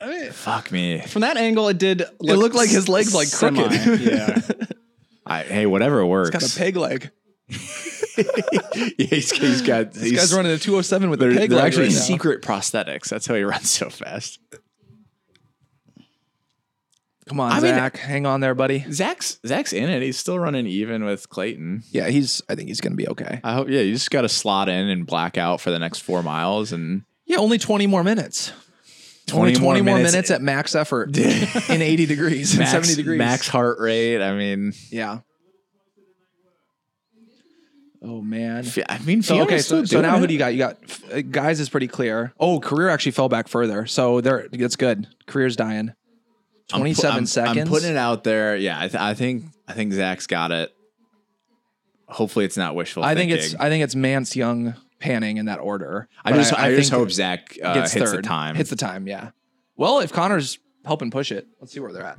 I mean,
Fuck me.
From that angle, it did. Look
looked like his legs, like,
semi-
crooked.
yeah.
I, hey, whatever works.
got a peg leg.
yeah, he's, he's got.
This
he's,
guy's running a 207 with a
They're,
peg
they're
leg
actually
right now.
secret prosthetics. That's how he runs so fast.
Come on,
I mean-
Zach, hang on there, buddy.
Zach's Zach's in it. He's still running even with Clayton.
Yeah, he's. I think he's gonna be okay.
I hope. Yeah, you just got to slot in and black out for the next four miles and
Yeah, only 20 more minutes. Only 20 more, minutes. at max effort in 80 degrees,
max,
in 70 degrees.
max heart rate. I mean,
Yeah. Oh, man.
Fi- I mean,
So,
Fiona's
okay,
still
so, so
doing
now who
it.
do you got? You got uh, guys is pretty clear. Oh, career actually fell back further. So there, that's good. Career's dying.
I'm pu-
27
I'm-
seconds.
I'm putting it out there. Yeah, I, th- I think I think Zach's got it. Hopefully, it's not wishful.
I think
thinking.
it's I think it's Mance Young panning in that order.
I
But
just I, just
think
hope Zach uh,
gets
hits
third.
the time.
Hits the time, yeah. Well, if Connor's helping push it, let's see where they're at.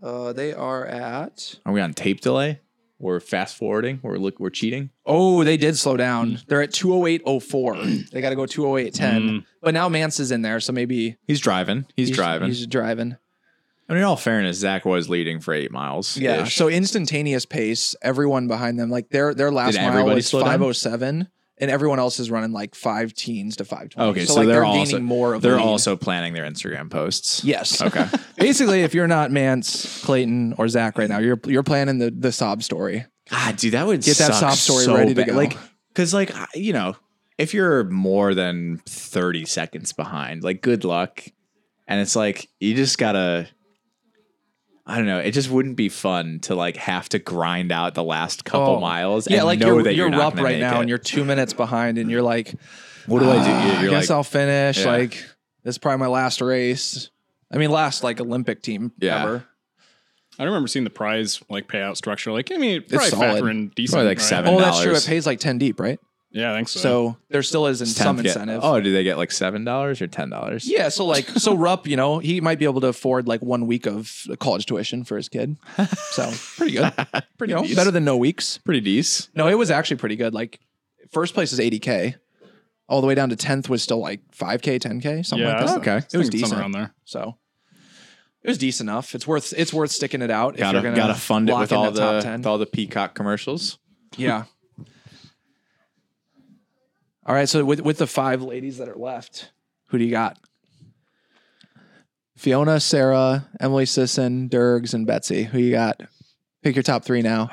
Uh, they are at.
Are we on tape delay? We're fast forwarding. We're look. We're cheating.
Oh, they did slow down.
Mm.
They're at 208.04. they got to go 208.10. But now Mance is in there, so maybe
He's driving. Mm-hmm. He's, driving.
He's driving.
I mean, in all fairness, Zach was leading for eight miles.
Yeah. So instantaneous pace. Everyone behind them, like their their last
Did
mile
everybody
was
slow down?
507, and everyone else is running like five teens to 520.
okay. So, they're, also
more of a
they're
lead.
also planning their Instagram posts.
Yes.
Okay.
Basically, if you're not Mance, Clayton, or Zach right now, you're you're planning the the sob story.
God, dude, that would
Get that
suck
sob story
so
ready to
bad.
go.
Like, because like I- you know, if you're more than thirty seconds behind, like good luck, and it's like you just gotta. I don't know. It just wouldn't be fun to like have to grind out the last couple
Oh.
miles.
Yeah,
and
like
know
you're,
that
you're,
not
up
gonna
right
make
now,
it.
and you're two minutes behind, and you're like,
What do I do?
"Ah,
You're
I guess
like,
I'll finish.
Yeah.
Like this is probably my last race. I mean, last like Olympic team
Yeah.
ever.
I remember seeing the prize like payout structure. Like, I mean, probably
solid.
factor in decent.
Probably, like,
right?
seven.
Oh, that's true. It
$10.
pays like ten deep, right?
Yeah, I think so.
So there still is in some
Tenth get-
incentive.
oh, do they get like seven dollars or ten dollars?
Yeah, so like so Rupp, you know, he might be able to afford like one week of college tuition for his kid. So pretty good. pretty you know,
decent.
better than no weeks.
pretty decent.
No, it was actually pretty good. Like first place is 80k. All the way down to 10th was still like 5k, 10k, something
yeah,
like that.
Okay.
It was
somewhere
decent.
around there.
So it was decent enough. It's worth it's worth sticking it out
Gotta
if you're gonna
gotta fund it
lock
with
in
all
that top
the
10.
with all the Peacock commercials.
Yeah. All right. So with with the five ladies that are left, who do you got? Fiona, Sarah, Emily Sisson, Dergs, and Betsy. Who you got? Pick your top three
Oh,
now,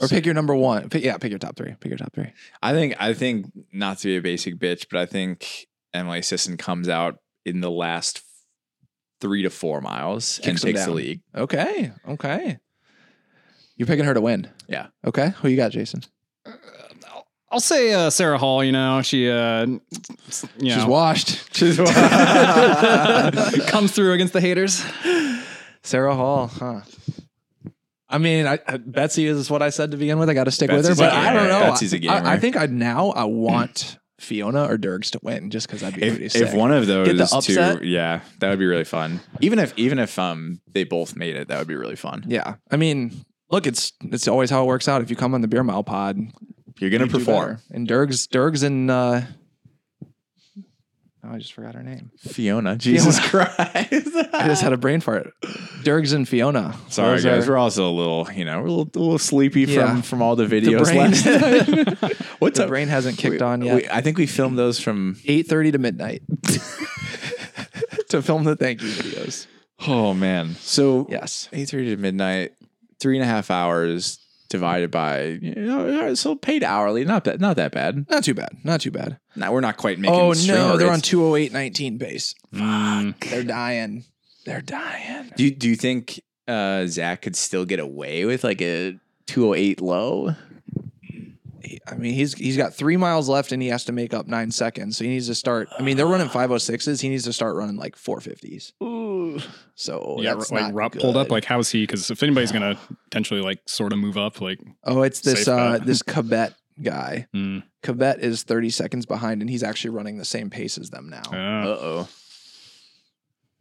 or pick your number one. Pick, yeah, pick your top three. Pick your top three.
I think I think not to be a basic bitch, but I think Emily Sisson comes out in the last three to four miles and
Kicks them
takes the
down.
league.
Okay. Okay. You're picking her to win.
Yeah.
Okay. Who you got, Jason?
I'll say uh, Sarah Hall. You know, she, uh, you
She's
know,
washed.
comes through against the haters.
Sarah Hall, huh? I mean, I, I- Betsy is what I said to begin with. I got to stick with
Betsy's
her, but
a
I don't
gamer.
know.
Betsy's a
I- I,
gamer.
think I now I want Fiona or Dergs to win just because I'd be pretty
If,
sick.
if one of those
Get the upset.
two, yeah, that would be really fun. Even if even if um they both made it, that would be really fun.
yeah, I mean, look, it's it's always how it works out. If you come on the beer mile pod,
You're gonna
you do
perform.
better. and Dergs, Dergs, and uh, Oh, I just forgot her name.
Fiona, Jesus
I
Christ.
just had a brain fart. Dergs and Fiona.
Sorry,
Those
guys.
are
We're also a little, you know, we're a little, a little sleepy
Yeah.
from from all the
The
videos last night.
brain,
What's
the
up?
brain hasn't
We-
kicked on yet.
we- I think we filmed those from.
8.30 to midnight to film the thank you videos.
Oh man. So
Yes.
eight thirty to midnight, three and a half hours divided by you know, uh, so paid hourly. Not that not that bad.
Not too bad. Not too bad.
Now we're not quite making.
Oh,
streamer
no. They're on
rates.
208.19 base.
Mm.
They're dying. They're dying.
Do you, do you think uh, Zach could still get away with like a two oh eight low?
I mean, he's he's got three miles left and he has to make up nine seconds. So he needs to start. I mean, they're running 506s. He needs to start running like 450s.
Ooh.
So
yeah,
that's
like
not
Rupp pulled up.
good.
Like, how is he? Because if anybody's gonna potentially like sort of move up, like,
oh, it's this
safe
uh,
bet.
this Cabet guy.
Hmm.
mm,
Cabet is 30 seconds behind and he's actually running the same pace as them now.
Uh
uh,
oh.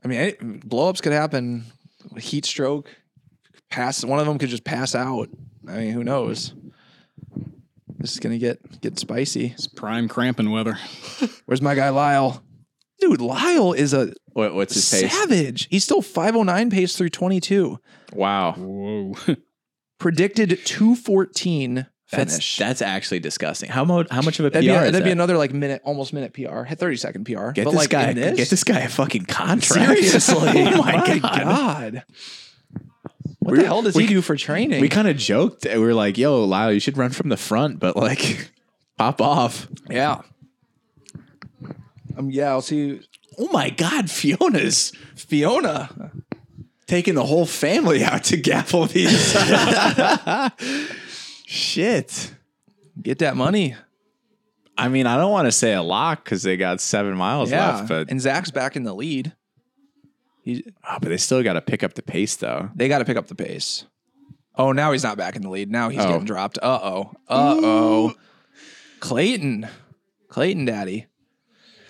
I mean, it, blow ups could happen. Heat stroke, pass. One of them could just pass out. I mean, who knows? This is gonna get get spicy.
it's prime cramping weather.
Where's my guy Lyle? Dude, Lyle is a
What, what's his pace?
savage. He's still 509 pace through 22.
Wow.
Whoa,
Predicted 214
That's
finish.
that's actually disgusting. How mo- how much of a
that'd
PR
be,
is
that'd
that?
be another like minute, almost minute PR, 30 second PR.
Get
but
this
like
guy.
in this,
Get this guy a fucking contract.
seriously.
oh my, god.
What
We're-
the hell does
we-
he do for training?
We kind of joked. We were like, "Yo, Lyle, you should run from the front, but like, pop off."
Yeah. Um, yeah, I'll see
Oh my god, Fiona's
Fiona.
taking the whole family out to gaffle these. Shit.
Get that money.
I mean, I don't want to say a lock because they got seven miles left, but
and Zach's back in the lead. He,
oh, but they still got to pick up the pace though.
they got to pick up the pace. Oh, now he's not back in the lead. Now he's
Oh.
getting dropped. Uh oh. Uh oh. Clayton. Clayton, daddy.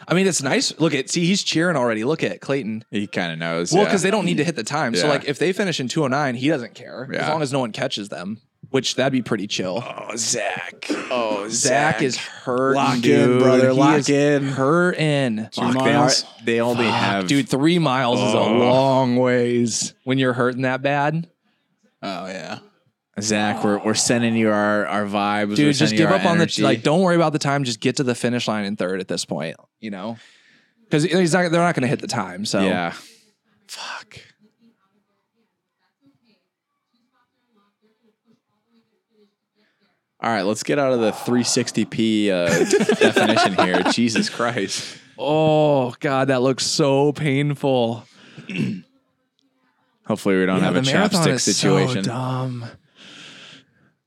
I mean, it's nice. Look at, see, he's cheering already. Look at Clayton.
He kind of knows.
Well,
yeah.
because they don't need to hit the time. So,
Yeah.
like, if they finish in 209, he doesn't care as
Yeah.
long as no one catches them, which that'd be pretty chill.
Oh, Zach. Oh,
Zach, is hurting,
Lock in,
dude.
brother,
He
lock
is
in.
Hurting.
Fuck, they, are,
miles.
they only have
Dude, three miles is a
Ugh.
long ways Oh. when you're hurting that bad.
Oh yeah. Zach, we're, we're sending you our, our vibes.
Dude, just give up on the like. Don't worry about the time. Just get to the finish line in third at this point. You know, because he's not. They're not going to hit the time. So
Yeah. Fuck. All right, let's get out of the 360p uh, definition here. Jesus Christ.
Oh god, that looks so painful.
Hopefully, we don't
Yeah,
have a
the marathon
chopstick
is so
situation.
dumb.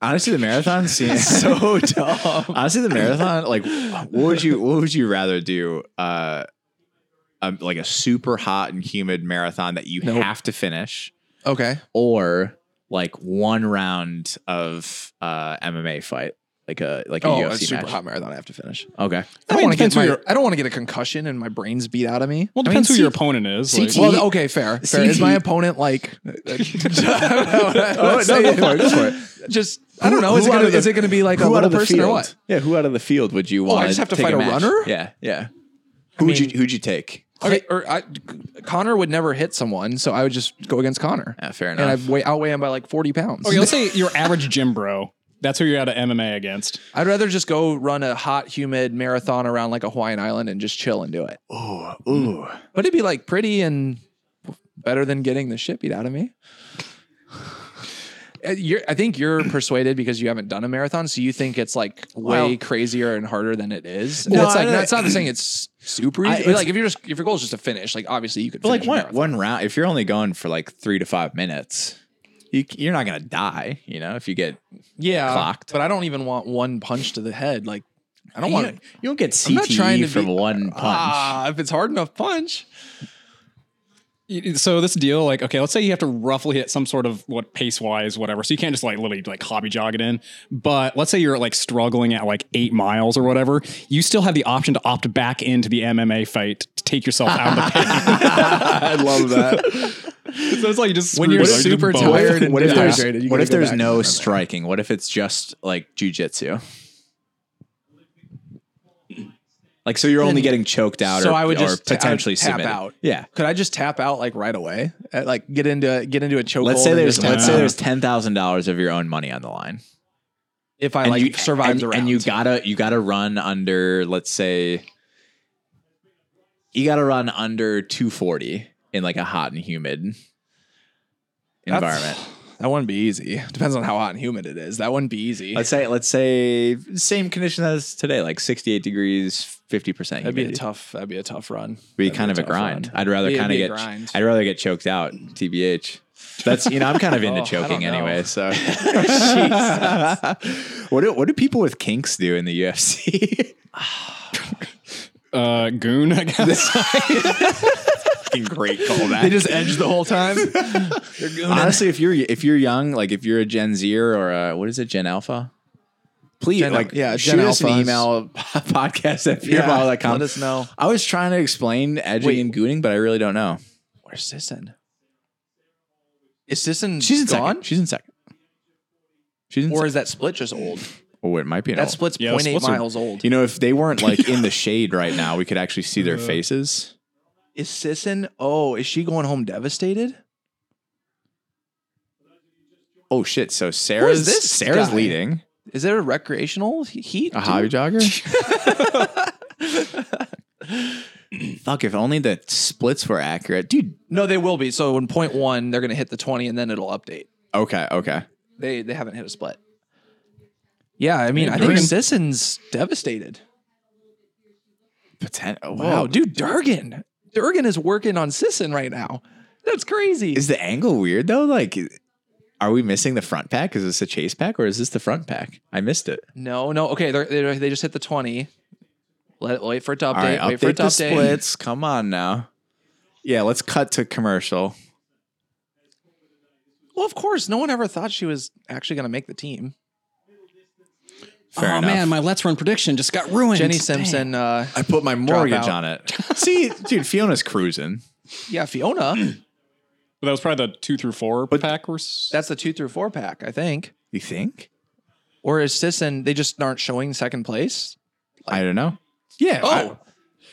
honestly, the marathon seems
So dumb.
honestly the marathon like what would you what would you rather do uh um, like a super hot and humid marathon that you
Nope.
have to finish
Okay.
or like one round of uh mma fight like a like a
Oh,
ufc
a super
match
hot marathon. I have to finish.
okay
I
I
don't
mean,
want to
depends
get
who
my,
you're-
I don't want to get a concussion and my brains beat out of me.
Well,
I mean,
depends who your
C- E
opponent is.
CT
like,
Well, okay, fair. fair. Is my opponent like? Oh,
no, go for it, go for it.
Just I don't know. Is
Who
it
out
gonna
of the-
is it gonna be like a little person
field?
or what?
yeah who out of the field would you
Oh, I
want
just have to fight a runner?
yeah yeah who would
mean-
you who'd you take
Okay, or I, Connor would never hit someone, so I would just go against Connor,
Ah, fair
and
enough
I'd weigh, outweigh him by like forty pounds.
okay, let's say your average gym bro. That's who you're out of MMA against.
I'd rather just go run a hot, humid marathon around like a Hawaiian island and just chill and do it.
ooh, ooh.
But it'd be like pretty and better than getting the shit beat out of me. Uh, You're, I think you're persuaded because you haven't done a marathon, so you think it's like way
Well-
crazier and harder than it is.
No,
it's like
I-
that's not saying it's super
I-
easy. but
it's-
like if you're just if your goal is just to finish, like obviously you could
But
finish
like
like
one
marathon.
one round, if you're only going for like three to five minutes, you you're not gonna die. You know, if you get
yeah,
clocked.
But I don't even want one punch to the head. Like I don't
you,
want
you don't get
I'm not trying
CTE
to
from
be-
one punch.
Ah, if it's hard enough punch.
You- So this deal, like, okay, let's say you have to roughly hit some sort of what pace wise, whatever. So you can't just like literally like hobby jog it in. But let's say you're like struggling at like eight miles or whatever. You still have the option to opt back into the MMA fight to take yourself out of the
I love that.
pain. so it's like you just
When you're
screwed,
super
like, just both.
Oh, what
tired
if,
and
what if there's
dehydrated, you
what
gotta
if
go
there's
back
no
to that.
striking? What if it's just like jujitsu? Like so, you're
Then-
only getting choked out,
so
or,
I would
or
just ta- I would
potentially
tap
submitted.
out.
Yeah.
Could I just tap out like right away? Uh, Like get into get into a chokehold.
Let's say
and
there's
just tap
let's say
out
there's ten thousand dollars of your own money on the line,
if I like survives
and,
around
and you gotta you gotta run under let's say you gotta run under two forty in like a hot and humid environment.
That wouldn't be easy. Depends on how hot and humid it is. That wouldn't be easy.
Let's say let's say same condition as today, like sixty eight degrees, fifty percent.
that'd be a tough. That'd be a tough run.
be
That'd
kind of a
tough
grind.
run.
I'd rather
It'd
kind of
be a
get
grind.
I'd rather get choked out, tbh. That's you know I'm kind of into
Oh, I don't
choking
know.
anyway. So Jeez. what do what do people with kinks do in the UFC?
Uh, goon, I guess.
Great callback.
They just edge the whole time.
Honestly, if you're if you're young, like if you're a Gen Zer or a, what is it, Gen Alpha, please
Gen-
like
yeah,
shoot
Gen
us an
Alphas.
email podcast at
Yeah,
fearball.com.
let us know.
I was trying to explain edging
Wait.
and gooning, but I really don't know.
Where's Sisson? Is Sisson
She's in
gone?
second. She's in second. She's in.
or
Or
is that split just old?
oh, it might be an
That
old-
split's
Yeah,
0.8
splits are-
miles old.
You know, if they weren't like in the shade right now, we could actually see their faces.
Is Sisson? Oh, is she going home devastated?
Oh shit! So Sarah's
this
Sarah's
guy?
leading
Is there a recreational he- heat?
a
too?
hobby jogger. Fuck! If only the splits were accurate, dude.
No, they will be. So in point one, they're going to hit the 20 and then it'll update.
Okay, okay.
They they haven't hit a split. Yeah, I mean, I think
Durgan-
Sisson's devastated.
Potent- oh,
Wow,
wow, dude.
dude, Durgan. Durgan is working on Sisson right now. That's crazy.
Is the angle weird though? Like, are we missing the front pack? Is this a chase pack or is this the front pack? I missed it.
no, no. Okay, they're, they're, they just hit the 20. Let Wait for it to update.
All right,
wait for
update
it to
the
update.
splits. Come on now. Yeah, let's cut to commercial.
Well, of course, no one ever thought she was actually going to make the team.
Fair
oh
enough.
man, my let's run prediction just got ruined.
Jenny
Damn.
Simpson. Uh,
I put my mortgage
out.
on it. See, dude, Fiona's cruising.
yeah, Fiona.
But that was probably the two through four pack. Or s-
That's the two through four pack, I think.
You think?
Or is Sisson, they just aren't showing second place?
I don't know. Yeah.
Oh,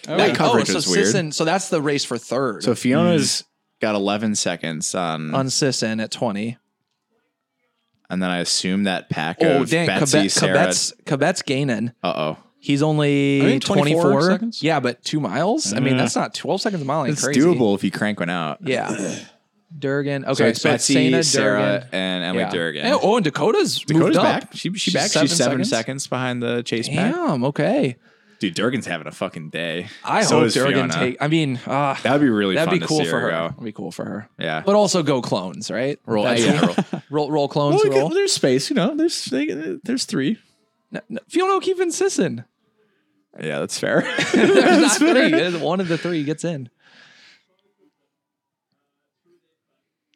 I-
yeah.
that coverage
so
was weird.
Sisson, so that's the race for third
so hmm. Fiona's got 11 seconds on,
mm. on Sisson at 20.
and then I assume that pack
Oh,
of
dang.
Betsy,
Kibet-
Sarah.
Kibet's, Kibet's Gainan.
Uh oh.
He's only
I think
24,
24 seconds?
Yeah, but two miles? I mean,
Yeah.
that's not 12 seconds a mile. Ain't
It's
crazy.
doable if you crank one out.
Yeah. Durgan. Okay,
So it's Betsy,
Sana,
Sarah,
Durgan.
and Emily
Yeah.
Durgan.
And- oh, and Dakota's
Dakota's
moved up.
back. She, she
She's
back.
seven
She's seven
seconds?
seconds? behind the chase pack.
Damn. Okay.
Dude, Durgan's having a fucking day.
I
So
hope
is
Durgan
Fiona.
take. I mean, ah,
That'd be really
that'd
fun
be
to
cool
see
for her.
go.
That'd be cool for her.
Yeah.
But also go clones, right?
roll,
That's-
yeah, roll.
roll, roll clones.
Well, we
roll.
could- there's space, you know. There's they, there's three.
No, no, Fiona keep insisting.
Yeah, that's fair.
There's not
That's fair.
three. There's One of the three gets in.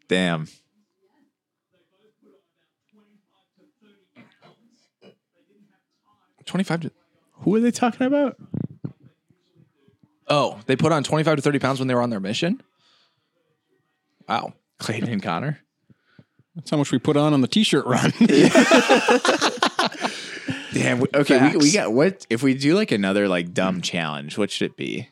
Damn.
Twenty-five to.
Who are they talking about?
Oh, they put on twenty-five to thirty pounds when they were on their mission. Wow.
Clayton and Connor.
That's how much we put on on the t-shirt run.
Damn. we- Okay, we, we
Facts.
got what if we do like another like dumb challenge? What should it be?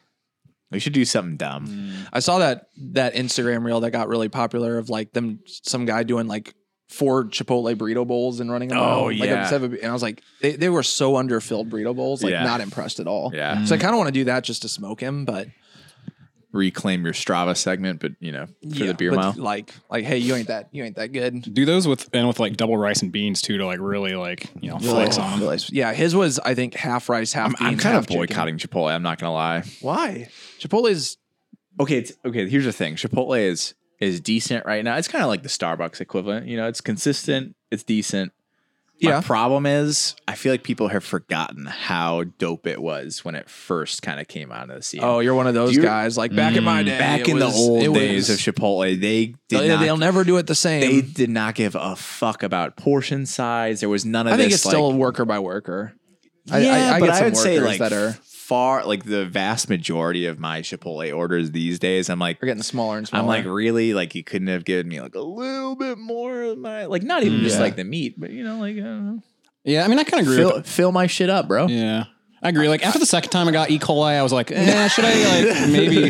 We should do something dumb.
I saw that that Instagram reel that got really popular of like them some guy doing like four Chipotle burrito bowls and running them.
Oh,
out.
yeah.
Like, instead of- and I was like, they, they were so underfilled burrito bowls, like
Yeah.
not impressed at all.
Yeah.
So I kind of want to do that just to smoke him, but
Reclaim your Strava segment, but you know, for
Yeah,
the beer
but
mile.
like like hey, you ain't that you ain't that good.
Do those with and with like double rice and beans too to like really like you know flex on. 'em.
Yeah, his was I think half rice, half.
I'm, I'm
beans,
kind of
half chicken.
boycotting Chipotle. I'm not gonna lie.
Why? Chipotle's
okay, it's okay. Here's the thing: Chipotle is is decent right now. It's kind of like the Starbucks equivalent. You know, it's consistent. It's decent.
Yeah.
My problem is, I feel like people have forgotten how dope it was when it first kind of came out of the scene.
oh, you're one of those
You're-
guys. Like back in my
Mm,
day,
back
it
in
was-
the old
it was- Oh,
days of Chipotle, they did
they,
not.
will never do it the
they
same.
did not give a fuck about portion size. There was none of
I think
this.
it's
like,
still worker by worker. I- I-
yeah,
I
but
get
I
some
would say
workers
like
that are-
far like the vast majority of my Chipotle orders these days. I'm like,
We're getting smaller and smaller.
I'm like, really? Like, you couldn't have given me like a little bit more of my, like, not even just
Yeah.
like the meat, but you know, like, I don't know.
Yeah, I mean I kind of agree. with
fill my shit up, bro.
Yeah. I agree. Like after the second time I got E. coli, I was like, eh, should I like maybe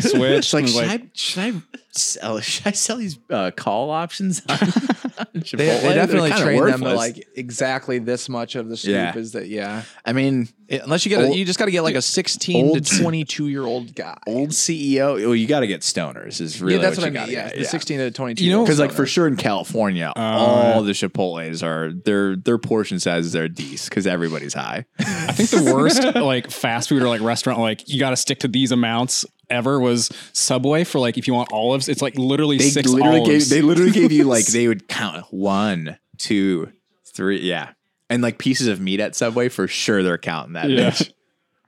It's
switch?
like,
And
should
I was
I should I sell should I sell these uh, call options? On,
They, they definitely train them to like exactly this much of the scoop
Yeah.
is that yeah.
I mean,
It- unless you get a,
Old-
you just got to get like a sixteen
old-
to twenty two year old guy.
old CEO. Well, you got to get stoners. Is really
yeah, that's what,
you
I mean.
gotta
Yeah,
get,
the sixteen to twenty two.
You know-
Because like for sure in California, all the Chipotle's are their their portion sizes are decent because everybody's high.
I think the worst like fast food or like restaurant like you got to stick to these amounts ever was Subway for like if you want olives, it's like literally
They
six
literally gave
olives.
they literally gave you like they would count one, two, three, yeah, and like pieces of meat at Subway for sure they're counting that.
Yeah.
bitch.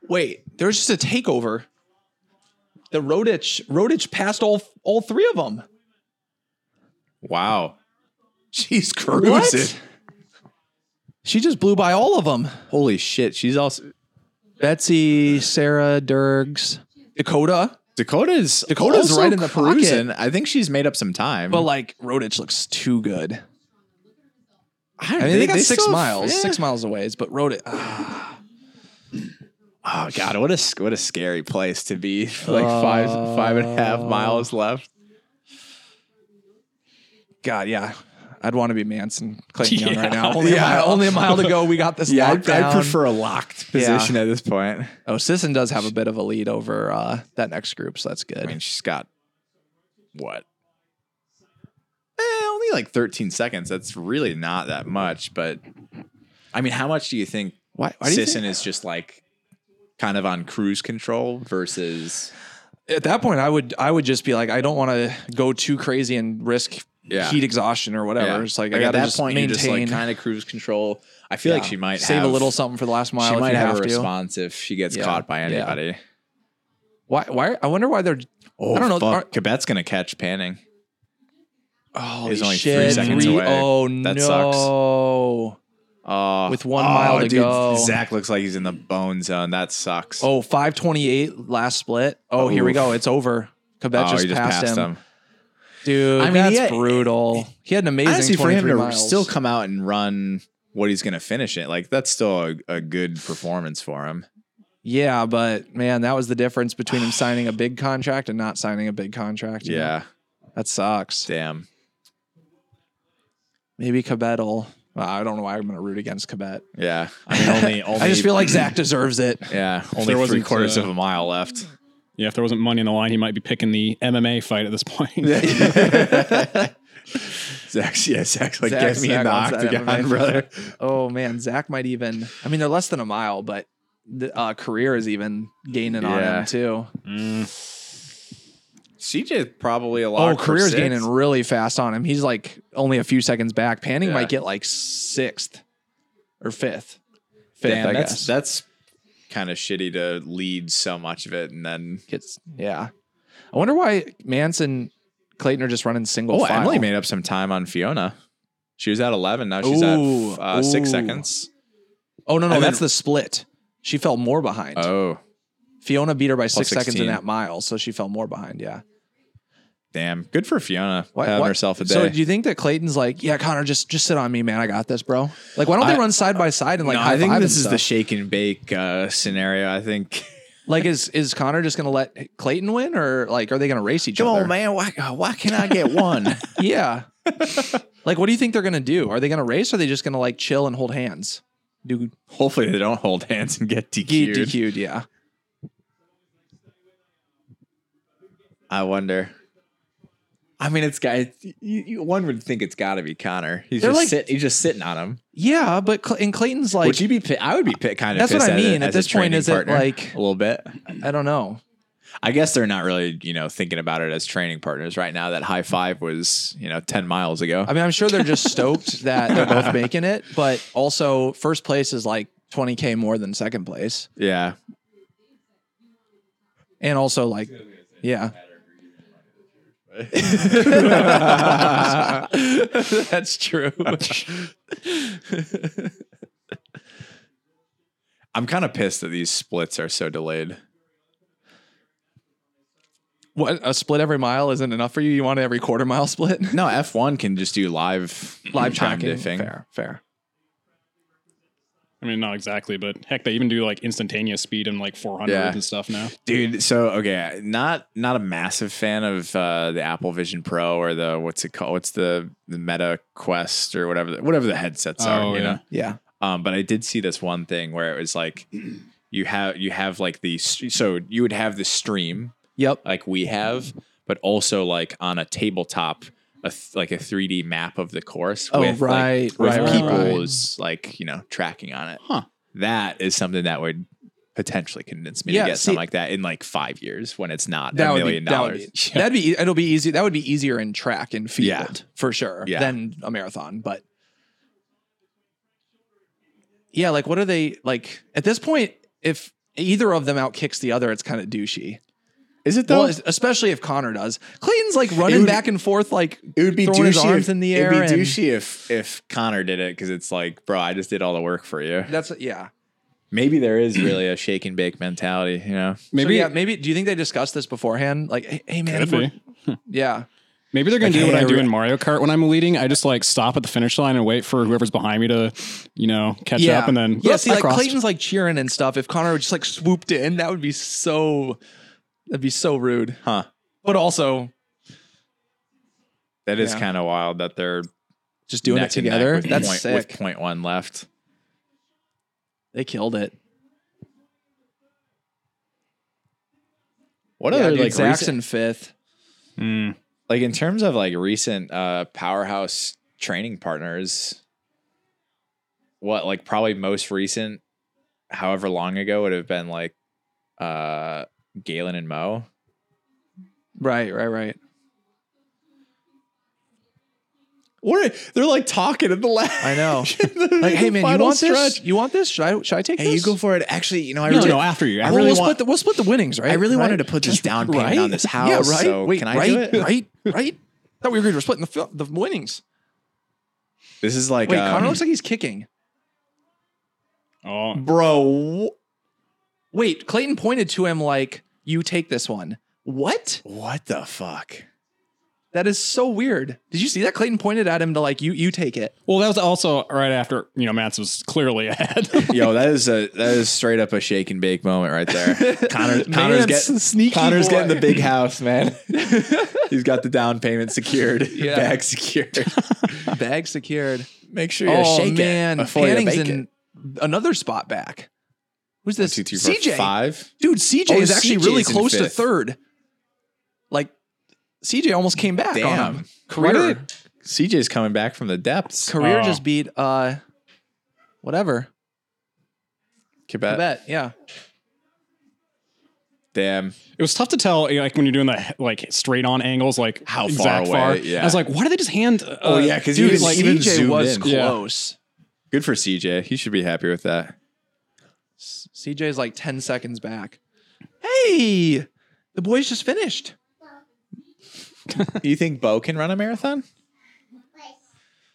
Wait, there was just a takeover. The Rodich Rodich passed all all three of them.
Wow, she's cruising.
She just blew by all of them.
Holy shit, she's also
Betsy, Sarah, Dergs, Dakota.
Dakota's
Dakota's
also
right in the pocket.
cruising. I think she's made up some time.
But like Rodich looks too good.
I, don't-
I mean, they, got six
still-
miles,
yeah.
six miles away, but ah, Rodich.
Oh god, what a what a scary place to be. Like five five and a half miles left.
God, yeah. I'd want to be Manson Clayton Young right
Yeah.
now. Only,
Yeah.
a mile, only a mile to go. We got this.
Yeah,
yeah,
I'd, I'd prefer a locked position at this point.
Oh, Sisson does have a bit of a lead over uh, that next group, so that's good.
I mean, she's got what? Eh, only like 13 seconds. That's really not that much. But I mean, how much do you think
why, why do you
Sisson
think,
is just like kind of on cruise control versus
at that point? I would I would just be like, I don't want to go too crazy and risk
Yeah.
heat exhaustion or whatever. It's like, I
at
gotta
that
just
point
maintain.
you're just like kind of cruise control. I feel like
Yeah.
she might
save
have-
a little something for the last mile.
She
if
might
you
have,
have,
a
to.
response if she gets
Yeah.
caught by
Yeah.
anybody.
Why? Why? I wonder why they're.
Oh,
I don't know.
Fuck.
Are-
Quebec's gonna catch panning.
Oh,
It's
shit!
only three seconds away.
Oh
That
no!
Oh,
With one mile to go.
Zach looks like he's in the bone zone. That sucks.
Oh, 528 last split. Oh, here we
Oof.
go. It's over. Quebec
Oh,
just,
he
passed, him. Dude,
I mean,
that's
he had-
brutal. He had an amazing
Honestly, for
23
him to
miles.
still come out and run what he's gonna finish it, like that's still a, a good performance for him.
yeah, but man, that was the difference between him signing a big contract and not signing a big contract. you know?
Yeah.
That sucks.
Damn.
Maybe Cabet will. well, I don't know why I'm going to root against Cabet.
Yeah. I mean, only only.
I just feel like Zach deserves it.
yeah,
there
only
wasn't,
three quarters
uh,
of a mile left.
yeah, if there wasn't money on the line, he might be picking the MMA fight at this point.
Zach's yeah, Zach's like
Zach-
get me
Zach
in the
wants that MMA
octagon, brother.
Oh man, Zach might even. I mean, they're less than a mile, but the uh, career is even gaining on
Yeah.
him too.
Mm.
CJ probably a
Oh,
lot.
career's gaining really fast on him. He's like only a few seconds back. Panning
Yeah.
might get like sixth or fifth. Fifth,
Damn,
I
that's
guess.
that's kind of shitty to lead so much of it and then.
Gets- yeah. I wonder why Manson Clayton are just running single.
oh,
file.
Emily made up some time on Fiona. She was at eleven. Now she's
Ooh,
at uh, six
ooh.
seconds.
Oh no, no,
and
that's
then-
the split. She fell more behind.
Oh,
Fiona beat her by six seconds in
16.
that mile, so she fell more behind. Yeah.
damn! Good for Fiona
Why-
having
why-
herself a day.
So do you think that Clayton's like, yeah, Connor, just just sit on me, man. I got this, bro. Like, why don't they
I-
run side by side and like?
No,
high
I think
five
this
and
is
stuff?
the shake and bake uh, scenario. I think.
like, is is Connor just gonna let Clayton win, or like, are they gonna race each
Come
other?
on, man! Why why can I get one?
Yeah. like, what do you think they're gonna do? Are they gonna race? Or are they just gonna like chill and hold hands? Do
Hopefully they don't hold hands and get
get
DQ'd.
DQ'd? Yeah.
I wonder. I mean, it's guy. You, you, one would think it's got to be Connor. He's
They're
just
like-
sit, he's just sitting on him.
Yeah, but Cl- and Clayton's like,
would you be? pi- I would be pi- kind of.
That's what
pissed
I
at it
mean. At
as a
this point,
training
is it
partner,
like-
a little bit?
I don't know.
I guess they're not really, you know, thinking about it as training partners right now. That high five was, you know, ten miles ago.
I mean, I'm sure they're just stoked that they're both making it, but also first place is like 20k more than second place,
yeah,
and also like, yeah.
that's true. I'm kind of pissed that these splits are so delayed.
What a split every mile isn't enough for you. You want every quarter mile split?
No, F1 can just do live
Live
time
tracking.
diffing.
Fair, fair.
I mean, not exactly, but heck, they even do like instantaneous speed in like 400
Yeah.
and stuff now.
dude so okay not not a massive fan of uh the apple vision pro or the what's it called what's the the meta quest or whatever the, whatever the headsets
Oh,
are you
yeah.
know
Yeah.
um but i did see this one thing where it was like you have you have like the st- so you would have the stream
Yep.
like we have but also like on a tabletop a th- like a 3d map of the course
Oh,
with, like,
right.
with
right. right, right.
people's like you know tracking on it.
Huh.
That is something that would potentially convince me
Yeah,
to get
see-
something like that in like five years when it's not
That
a
would,
million
be, that would
dollars.
be that'd be it'll be easy that would be easier in track and field
Yeah.
for sure
Yeah.
than a marathon but yeah like what are they like at this point if either of them outkicks the other it's kind of douchey
Is it
well es- especially if Connor does Clayton's like running
would-
back and forth like
it would be
throwing his
douchey
arms
if,
in the air
It'd be
and-
douchey if if Connor did it because it's like, bro, I just did all the work for you.
that's yeah
Maybe there is really a shake and bake mentality, you know?
Maybe,
so, yeah maybe do you think they discussed this beforehand like hey, hey, man
Could
we're-
be.
yeah
maybe they're going to
Like,
do what
hey,
I do
every-
in Mario Kart when I'm leading. I just like stop at the finish line and wait for whoever's behind me to, you know, catch up and then,
yeah.
"Oop,
See,
I
like
crossed."
Clayton's like cheering and stuff. If Connor just like swooped in, that would be so. That'd be so rude.
Huh.
But also
That is
Yeah.
kind of wild that they're
just doing it
neck and neck
together.
with
That's
point,
sick.
With point one left.
They killed it.
What
yeah,
other
dude,
like
Zach's
recent-
in fifth.
Mm.
like in terms of like recent uh powerhouse training partners what like probably most recent however long ago would have been like uh galen and mo
Right, right, right.
what they're like talking at the last
I know. Like, hey man, you want this? You want this? Should I? Should I take
hey you
this?
go for it actually you know i
No,
really,
no, after you. I
Well,
really
we'll
want-
split the we'll split the winnings, right?
I really
Right?
wanted to put this down payment
right?
on this house
Yeah, right.
so
Wait,
can i
right,
do it
Right, right. Thought we agreed we're splitting the fil- the winnings.
this is like
Wait,
um,
Connor looks like he's kicking.
Oh,
bro
Wait, Clayton pointed to him like, "You take this one." What?
wh- what the fuck
That is so weird. Did you see that? Clayton pointed at him to like, you you take it.
well, that was also right after, you know, Matt's was clearly ahead.
Yo, that is a that is straight up a shake and bake moment right there. Connor, Connor's
Man's
getting
sneaky
Connor's
boy.
getting the big house, man. He's got the down payment secured,
Yeah.
bag secured.
Bag secured.
Make sure you
Oh
shake
man,
it before you
Panning's
bake
in
it.
another spot back. Who's this?
Two, two, four,
CJ.
five.
Dude, CJ
Oh,
is actually really
CJ's in
close to
fifth.
third. Like CJ almost came back on
Damn.
him. Career
What CJ's coming back from the depths.
career
Oh.
just beat uh whatever. I
Quebec.
bet. Yeah.
Damn.
It was tough to tell, you know, like when you're doing the like straight on angles, like
How far
exact
away,
Far.
yeah.
I was like, why do they just hand? Uh,
Oh, yeah, 'cause
Dude,
even-
like
even
CJ
zoomed
was
in.
Yeah.
close.
Good for CJ. He should be happy with that.
S- CJ's like 10 seconds back. Hey, the boys just finished.
you think Bo can run a marathon?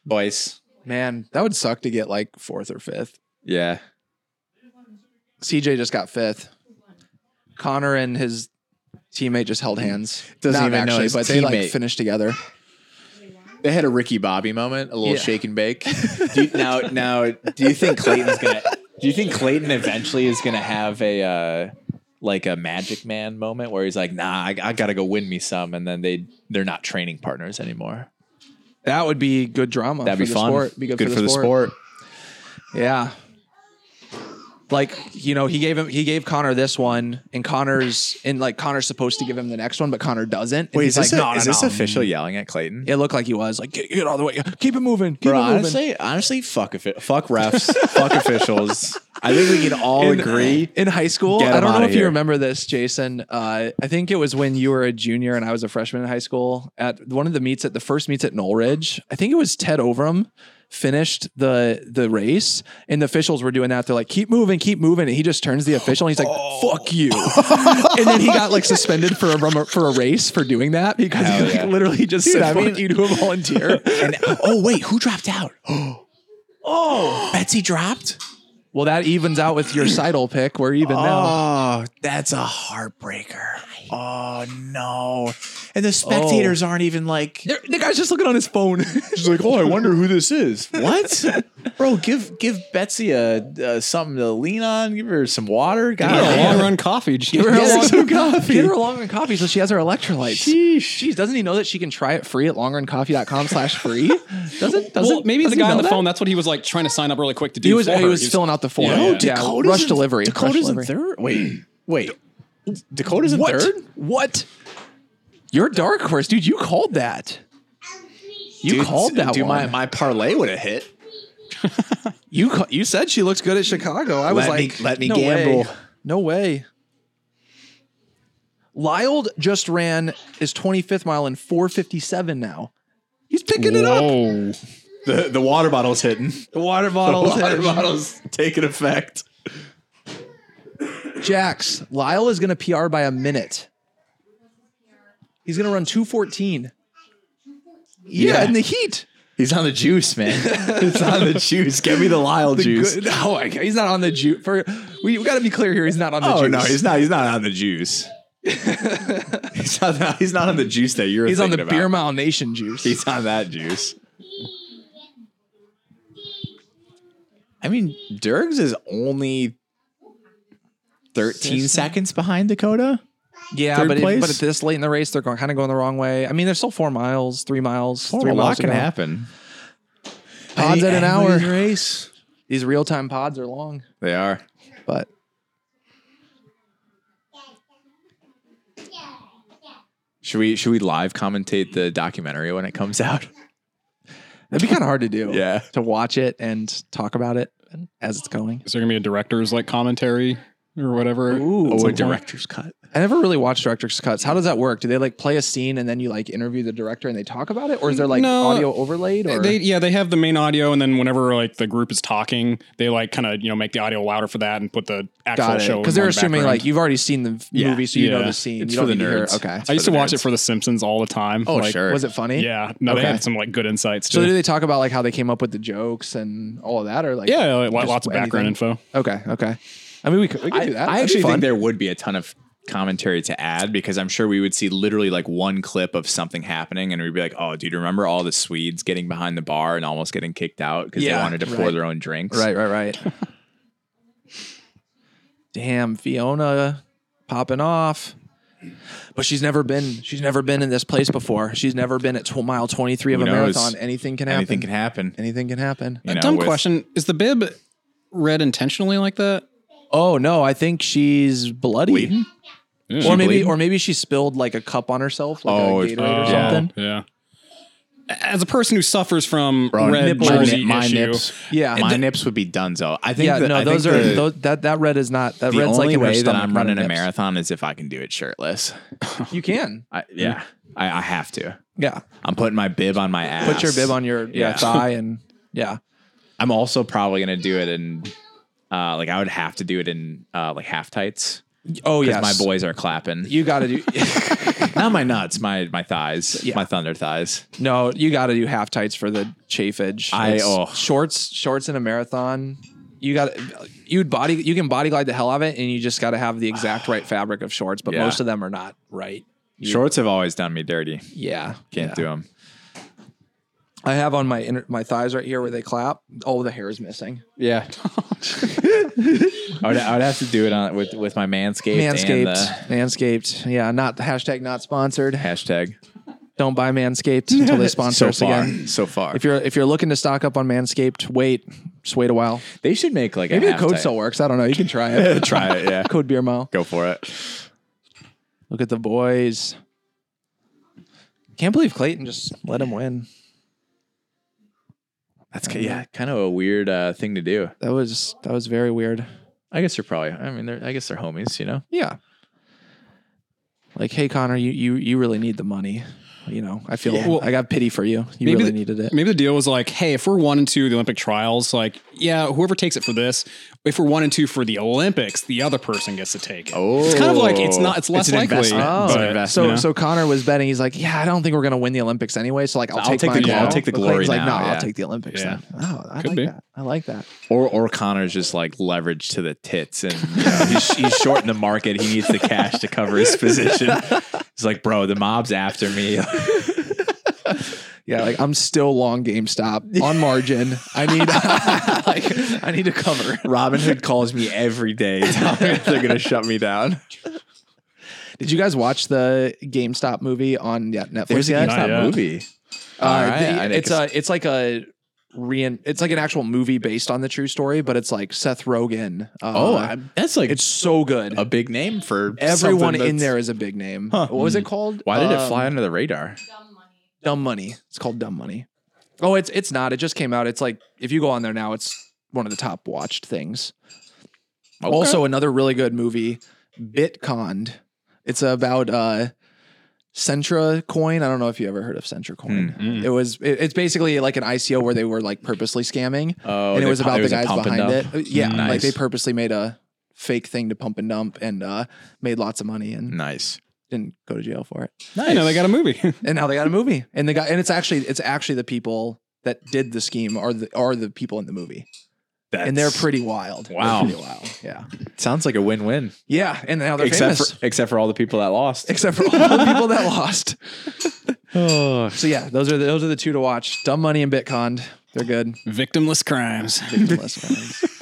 Boys.
Man, that would suck to get like fourth or fifth.
Yeah.
CJ just got fifth. Connor and his teammate just held hands.
Doesn't
Not
even know
actually,
his
but they like
teammate.
finished together.
They had a Ricky Bobby moment, a little
Yeah.
shake and bake. do you, now, now, do you think Clayton's gonna? Do you think Clayton eventually is gonna have a uh, like a Magic Man moment where he's like, "Nah, I, I gotta go win me some," and then they they're not training partners anymore.
That would be good drama.
That'd
for
be
the
fun.
Sport. Be good, for, the, sport. Yeah. Like you know, he gave him he gave Connor this one, and Connor's and like Connor's supposed to give him the next one, but Connor doesn't. And
Wait,
he's
is this,
like,
a-
no, no,
is this
no.
official yelling at Clayton?
It looked like he was like, get, get out of the way, keep it moving, keep
Bro,
it moving.
honestly, honestly, fuck if fuck refs, fuck officials. I think we can all
in-
agree.
in high school.
Get
I
'em
don't know
outta
if you
here.
remember this, Jason. Uh, I think it was when you were a junior and I was a freshman in high school. At one of the meets at the first meets at Knoll Ridge, I think it was Ted Overham finished the the race, and the officials were doing that. They're like, "Keep moving, keep moving," and he just turns to the official and he's like,
Oh.
"Fuck you!" and then he got like suspended for a rum- for a race for doing that because he
Hell
like,
yeah.
literally just
Dude,
said,
I
"Fuck
mean-
you to a volunteer."
And, oh wait, who dropped out? oh, Betsy dropped.
well, that evens out with your Seidel pick. We're even now.
Oh, That's a heartbreaker. Oh no! And the spectators
Oh.
aren't even like
The the guy's just looking on his phone.
She's like, oh, I wonder who this is. What, bro? Give give Betsy a uh, something to lean on. Give her some water. God,
Get a long
damn.
run coffee.
Give her a
Get
long-
some coffee.
Get her a long run coffee so she has her electrolytes.
Sheesh.
Jeez, doesn't he know that she can try it free at longruncoffee.com slash free? Doesn't, doesn't
Well, maybe the
doesn't he
guy on
know
the
that?
phone. That's what he was like trying to sign up really quick to do.
He was,
for
he
her.
was filling out the form.
Yeah.
Yeah,
No,
Dakota's
rush
in-
delivery. rush
Dakota's in
delivery.
third. Wait, wait. Dakota's in
What?
third.
What? Your dark horse, dude. You called that. You
Dude,
called that
dude,
one.
My my parlay would have hit.
you ca- you said she looks good at Chicago. I was
Let me-
like,
let me
no
gamble."
Way. No way. Lyle just ran his 25th mile in 457 now. He's picking it up.
Whoa.
The the water bottle's hidden.
The water
The
bottle.
water bottle's taking effect.
Jax, Lyle is going to PR by a minute. He's going to run 214. Yeah,
Yeah.
in the heat.
He's on the juice, man. He's on the juice. Get me the Lyle juice.
Good- No, I- he's not on the juice. For we, we got to be clear here. He's not on the
oh
juice.
no, he's not. He's not on the juice. he's, not, he's not on the juice that you're.
He's on the
thinking
Beer
about.
Mile Nation juice.
He's on that juice. I mean, Dergs is only 13 seconds behind Dakota.
yeah,
third
but, if,
place?
but at this late in the race, they're going, kind of going the wrong way. I mean, they're still four miles, three miles, three
a
miles
lot
to
can
go.
happen.
Pods at an hour.
Anybody's race.
These real time pods are long,
They are.
but
Should we should we live commentate the documentary when it comes out?
that'd be kind of hard to do.
Yeah.
to watch it and talk about it as it's going.
Is there gonna be a director's like commentary or whatever?
Ooh.
at
Oh,
some
a
point?
director's cut.
I never really watched director's cuts. How does that work? Do they like play a scene and then you like interview the director and they talk about it, or is there like
No.
audio overlaid? Or
They, yeah, they have the main audio, and then whenever like the group is talking, they like kind of you know make the audio louder for that and put the actual
Got it.
show
Because they're assuming like you've already seen the v-
Yeah.
movie, so you know
Yeah.
the scene.
It's
you don't
for the
need to hear-
nerds.
Okay.
I used
for
to
the
watch it
nerds.
for The Simpsons all the time.
Oh,
Like,
sure.
Was it funny?
Yeah, no, they
Okay.
had some like good insights
So
too.
do they talk about like how they came up with the jokes and all of that, or like
yeah, like,
just
lots of background
anything?
info.
Okay. Okay. I mean, we could, we could
I,
do that.
I
That'd be
actually
fun.
think there would be a ton of commentary to add because I'm sure we would see literally like one clip of something happening and we'd be like, oh, dude, remember all the Swedes getting behind the bar and almost getting kicked out because
Yeah,
they wanted to pour
right.
their own drinks?
Right. Right. Right. Damn, Fiona popping off. But she's never been. She's never been in this place before. She's never been at tw- mile twenty three of
Who
a
knows?
marathon. Anything can happen.
Anything can happen.
Anything can happen.
You know,
Dumb
with-
question: Is the bib red intentionally like that?
Oh no, I think she's bloody.
Bleeding?
Is
Or
she
maybe,
bleeding?
or maybe she spilled like a cup on herself, like
Oh,
a
it's-
Gatorade or
oh.
something.
Yeah. As a person who suffers from
Bro,
red
nipples.
jersey
My
issue,
nips.
Yeah,
My nips would be done, though. I think
yeah.
that,
no,
I think
those are
the,
those, that that red is not that
the
red's
only
like in her
way that
stomach,
I'm
not her
running a
nips.
marathon is if I can do it shirtless.
You can,
I, yeah, I, I have to.
yeah.
I'm putting my bib on my ass.
Put your bib on your yeah,
Yeah.
thigh and yeah.
I'm also probably gonna do it in, uh, like I would have to do it in uh, like half tights.
Oh
because
yes,
my boys are clapping.
You got to do
Not my nuts, my my thighs,
Yeah.
my thunder thighs.
no. You got to do half tights for the chafage.
I-
It's
oh.
shorts shorts in a marathon. You got you'd body you can body glide the hell out of it, and you just got to have the exact right fabric of shorts. But
Yeah.
most of them are not right.
Shorts have always done me dirty.
Yeah,
Can't
yeah.
do them.
I have on my inner, my thighs right here where they clap. Oh, the hair is missing.
Yeah, I would, I would have to do it on with with my manscaped, and
Manscaped,
the
manscaped. Yeah, not hashtag not sponsored.
hashtag.
Don't buy Manscaped until they sponsor
So
us
far,
again.
so far.
If you're if you're looking to stock up on Manscaped, wait, just wait a while.
they should make like
Maybe
a
the code
half-tight.
still works. I don't know. You can try it.
Try it. Yeah,
code beer mile.
go for it.
Look at the boys. Can't believe Clayton just let him win.
That's ki- yeah, kind of a weird uh, thing to do.
That was that was very weird.
I guess they're probably. I mean, they're. I guess they're homies. You know.
Yeah. Like, hey Connor, you you you really need the money. you know, I feel
Yeah. Well,
I got pity for you. You really
the,
needed it.
Maybe the deal was like, hey, if we're one and two of the Olympic trials, like, yeah, whoever takes it for this, if we're one and two for the Olympics, the other person gets to take it. it's kind of like it's not. It's
Oh.
less
It's an
likely.
investment.
Oh,
It's an
but,
investment.
So
you know.
so Connor was betting. He's like, yeah, I don't think we're gonna win the Olympics anyway. So like, I'll,
I'll
take,
take
mine
the-
now.
I'll take the glory
McLean's like,
now,
no, I'll
yeah.
take the Olympics
Yeah.
then. Oh, I
Could
like
be.
that. I like that.
Or or Connor's just like leverage to the tits, and you know, he's, he's short in the market. He needs the cash to cover his position. He's like, bro, the mob's after me.
Yeah, like I'm still long GameStop on margin. I need like I need to cover.
Robin Hood calls me every day. telling me They're gonna shut me down.
Did you guys watch the GameStop movie on yeah, Netflix?
There's a
yet?
Not
GameStop
yet.
movie.
Uh,
All right,
the-
I think
it's a it's like a rein it's like an actual movie based on the true story, but it's like Seth Rogen. Uh,
Oh, I- that's like
it's so good.
a big name for
Everyone
something
in
that's-
there is a big name.
Huh. Hmm.
What was it called?
Why did it
Um,
fly under the radar?
Dumb Money. It's called Dumb Money. Oh, it's it's not. It just came out. It's like if you go on there now, it's one of the top watched things.
Okay.
Also, another really good movie, Bitconned. It's about uh Centra Coin. I don't know if you ever heard of Centra
Mm.
Coin.
Hmm.
It was it- it's basically like an ICO where they were like purposely scamming.
Oh,
and it
they
was
pu-
about the
a
guys
pump and
behind it.
dump?
Uh, Yeah,
Mm,
like they
nice.
purposely made a fake thing to pump and dump and uh made lots of money and
Nice.
didn't go to jail for it
Nice.
you know, they got a movie.
and now they got a movie and the guy and it's actually it's actually the people that did the scheme are the are the people in the movie and they're
That's-
pretty wild They're
Wow.
pretty wild yeah
Sounds like a win-win.
yeah and now they're
except
famous
for except for all the people that lost.
except for all the people that lost
Oh,
so yeah those are the, those are the two to watch dumb money and bitcon they're good
Victimless crimes.
Victimless crimes.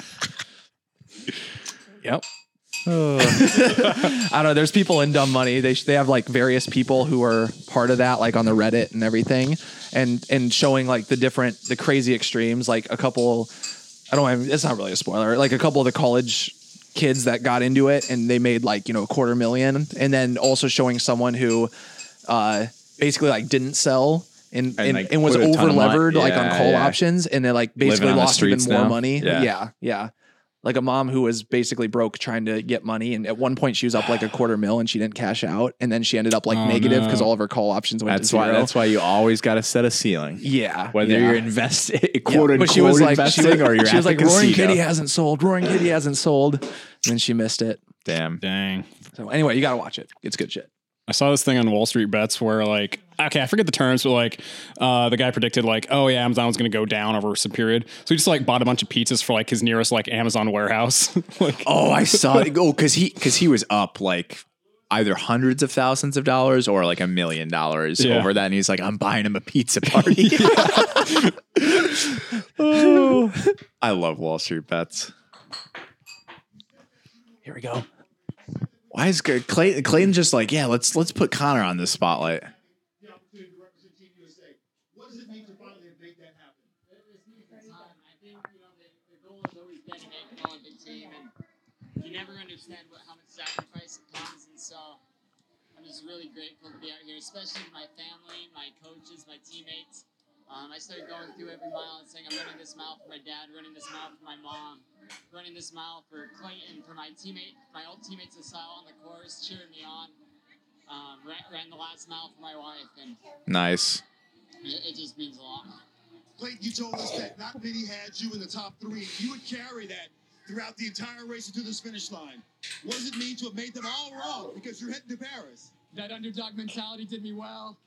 yep I don't know. There's people in Dumb Money. They they have like various people who are part of that, like on the Reddit and everything, and and showing like the different the crazy extremes. Like a couple, I don't. Have, it's not really a spoiler. Like a couple of the college kids that got into it and they made like you know a quarter million, and then also showing someone who uh, basically like didn't sell. And, and,
like,
and was
put a ton of
over
mon-
levered like on
Yeah,
call
yeah.
options and then like basically
on the
lost even
streets
more
now.
money.
Yeah.
yeah. yeah like a mom who was basically broke trying to get money and at one point she was up like a quarter mil and she didn't cash out and then she ended up like
Oh,
negative
no.
because all of her call options went
that's
to
why.
zero
That's why you always got to set a ceiling.
yeah
Whether
yeah.
you're investing,
Yeah,
quote unquote,
but she was like she
investing,
was,
or you're
she was
at
like
the
roaring
casino.
kitty hasn't sold roaring kitty hasn't sold and then she missed it
Damn.
Dang.
so anyway you gotta watch it it's good shit
I saw this thing on Wall Street Bets where like okay, I forget the terms, but like uh, the guy predicted like oh yeah, Amazon was going to go down over some period, so he just like bought a bunch of pizzas for like his nearest like Amazon warehouse. like
Oh, I saw. it. Oh, because he because he was up like either hundreds of thousands of dollars or like a million dollars
Yeah.
over that, and he's like, "I'm buying him a pizza party." Oh. I love Wall Street bets.
here we go
Why is Clay, Clayton just like, yeah, let's let's put Connor on the spotlight.
the opportunity to represent Team USA. What does it mean to finally make that happen?
I think you know the, the goal has always been to make an Olympic team, and you never understand what how much sacrifice it comes. And so, I'm just really grateful to be out here, especially my family, my coaches, my teammates. Um, I started going through every mile and saying, "I'm running this mile for my dad, running this mile for my mom, running this mile for Clayton, for my teammate, my old teammates that saw on the course cheering me on." Um, ran, ran the last mile for my wife, and
Nice.
it, it just means a lot.
Clayton, you told us that not many had you in the top three. You would carry that throughout the entire race to this finish line. What does it mean to have made them all wrong because you're heading to Paris?
That underdog mentality did me well.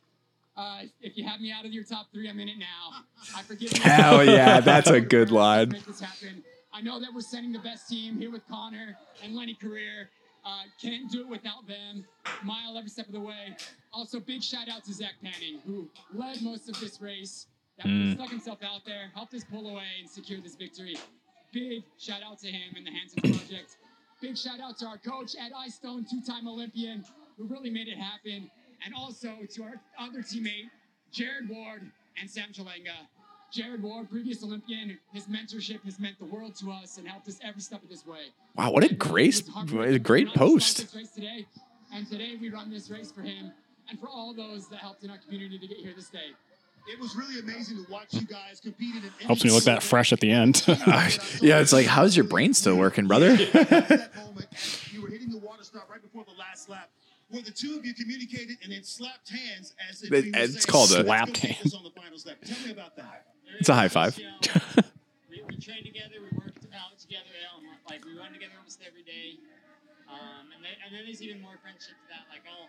Uh, if you have me out of your top three, I'm in it now. I forget.
Hell yeah, that's a good line.
Make this happen. I know that we're sending the best team here with Connor and Lenny Career. Uh, can't do it without them. Mile every step of the way. Also, big shout out to Zach Panning, who led most of this race. That
Hmm.
stuck himself out there, helped us pull away and secure this victory. Big shout out to him and the Hanson Project. Big shout out to our coach, Ed Stone, two time Olympian, who really made it happen. And also to our other teammate, Jared Ward and Sam Chalenga. Jared Ward, previous Olympian, his mentorship has meant the world to us and helped us every step of this way.
Wow, what a great what a great post.
This race today, and today we run this race for him and for all those that helped in our community to get here this day.
It was really amazing to watch you guys compete in an
helps me look that fresh at the end.
yeah, it's like, how's your brain still working, brother?
that moment, as you were hitting the water stop right before the last lap. where the two of you communicated and then slapped hands as if
It-
you were
it's
saying,
called a-
"Let's go
Slapped
get
hand.
this on the final step." Tell me about that.
It's a high five.
we, we trained together, we worked out together, um, like we run together almost every day. Um, and, then, and then there's even more friendship to that. Like, I'll,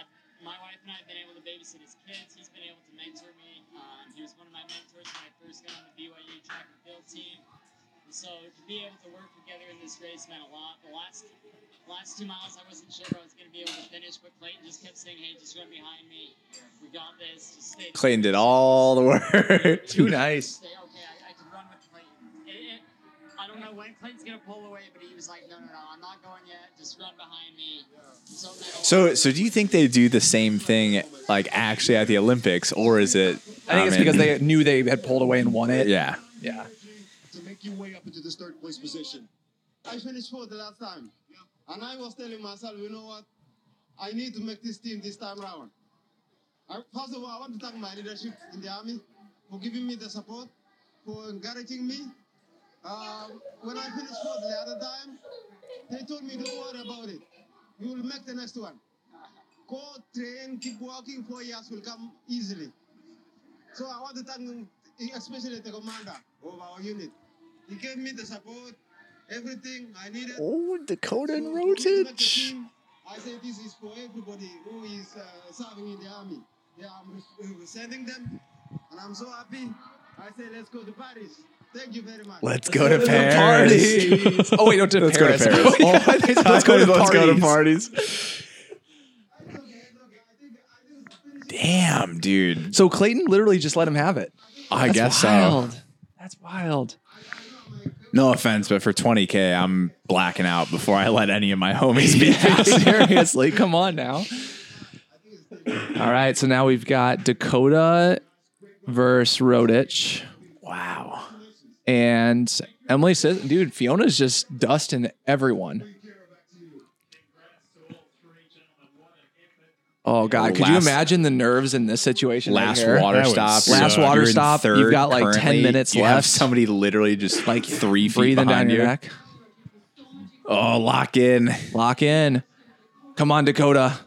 I, my wife and I have been able to babysit his kids. He's been able to mentor me. Um, he was one of my mentors when I first got on the BYU track and field team. And so to be able to work together in this race meant a lot. The last last two miles, I wasn't sure if I was going to be able to finish, but Clayton just kept saying, "Hey, just run behind me. We got this. Just stay."
Clayton did all the work.
Too nice.
say, okay, I, I can run with Clayton. It, it, I don't know when Clayton's gonna pull away, but he was like, no, no, no, I'm not going yet. Just run behind me. So, it meant a
So,
lot.
so do you think they do the same thing, like actually at the Olympics, or is it?
I think it's
mean,
because they knew they had pulled away and won it.
Yeah,
Yeah.
To make your way up into this third place position.
I finished fourth the last time. And I was telling myself, you know what? I need to make this team this time round. I, first of all, I want to thank my leadership in the army for giving me the support, for encouraging me. Um, when I finished fourth the other time, they told me, don't worry about it. You will make the next one. Go train, keep working, four years will come easily. So I want to thank him, especially the commander of our unit. He gave me the support, everything I needed.
Oh, Dakota
So for me to make the team, I say this is for everybody who is uh, serving in the army. Yeah, I'm re- representing them, and I'm so happy. I say let's go to Paris. Thank you very much.
Let's go to Paris.
Parties. oh wait, no, to
Let's go to Paris.
Paris. Oh, I thought, let's go to
Let's go to
parties.
parties.
It's okay, it's okay. I think I just finished.
Damn, dude.
So Clayton literally just let him have it.
I guess uh, so.
That's wild.
No offense, but for 20k, I'm blacking out before I let any of my homies be. Seriously,
Come on now. All right, so now we've got Dakota versus Rodich,
wow.
and Emily says, "Dude, Fiona's just dusting everyone." Oh God, could you
Last-
imagine the nerves in this situation? right
Last
here?
water
That would
stop.
suck.
Last water
You're in
stop, you've
third
got, like, 10
currently.
minutes
You have
left.
somebody literally just like three feet
breathing
behind
down your
you.
neck.
Oh, lock in.
Lock in. Come on, Dakota.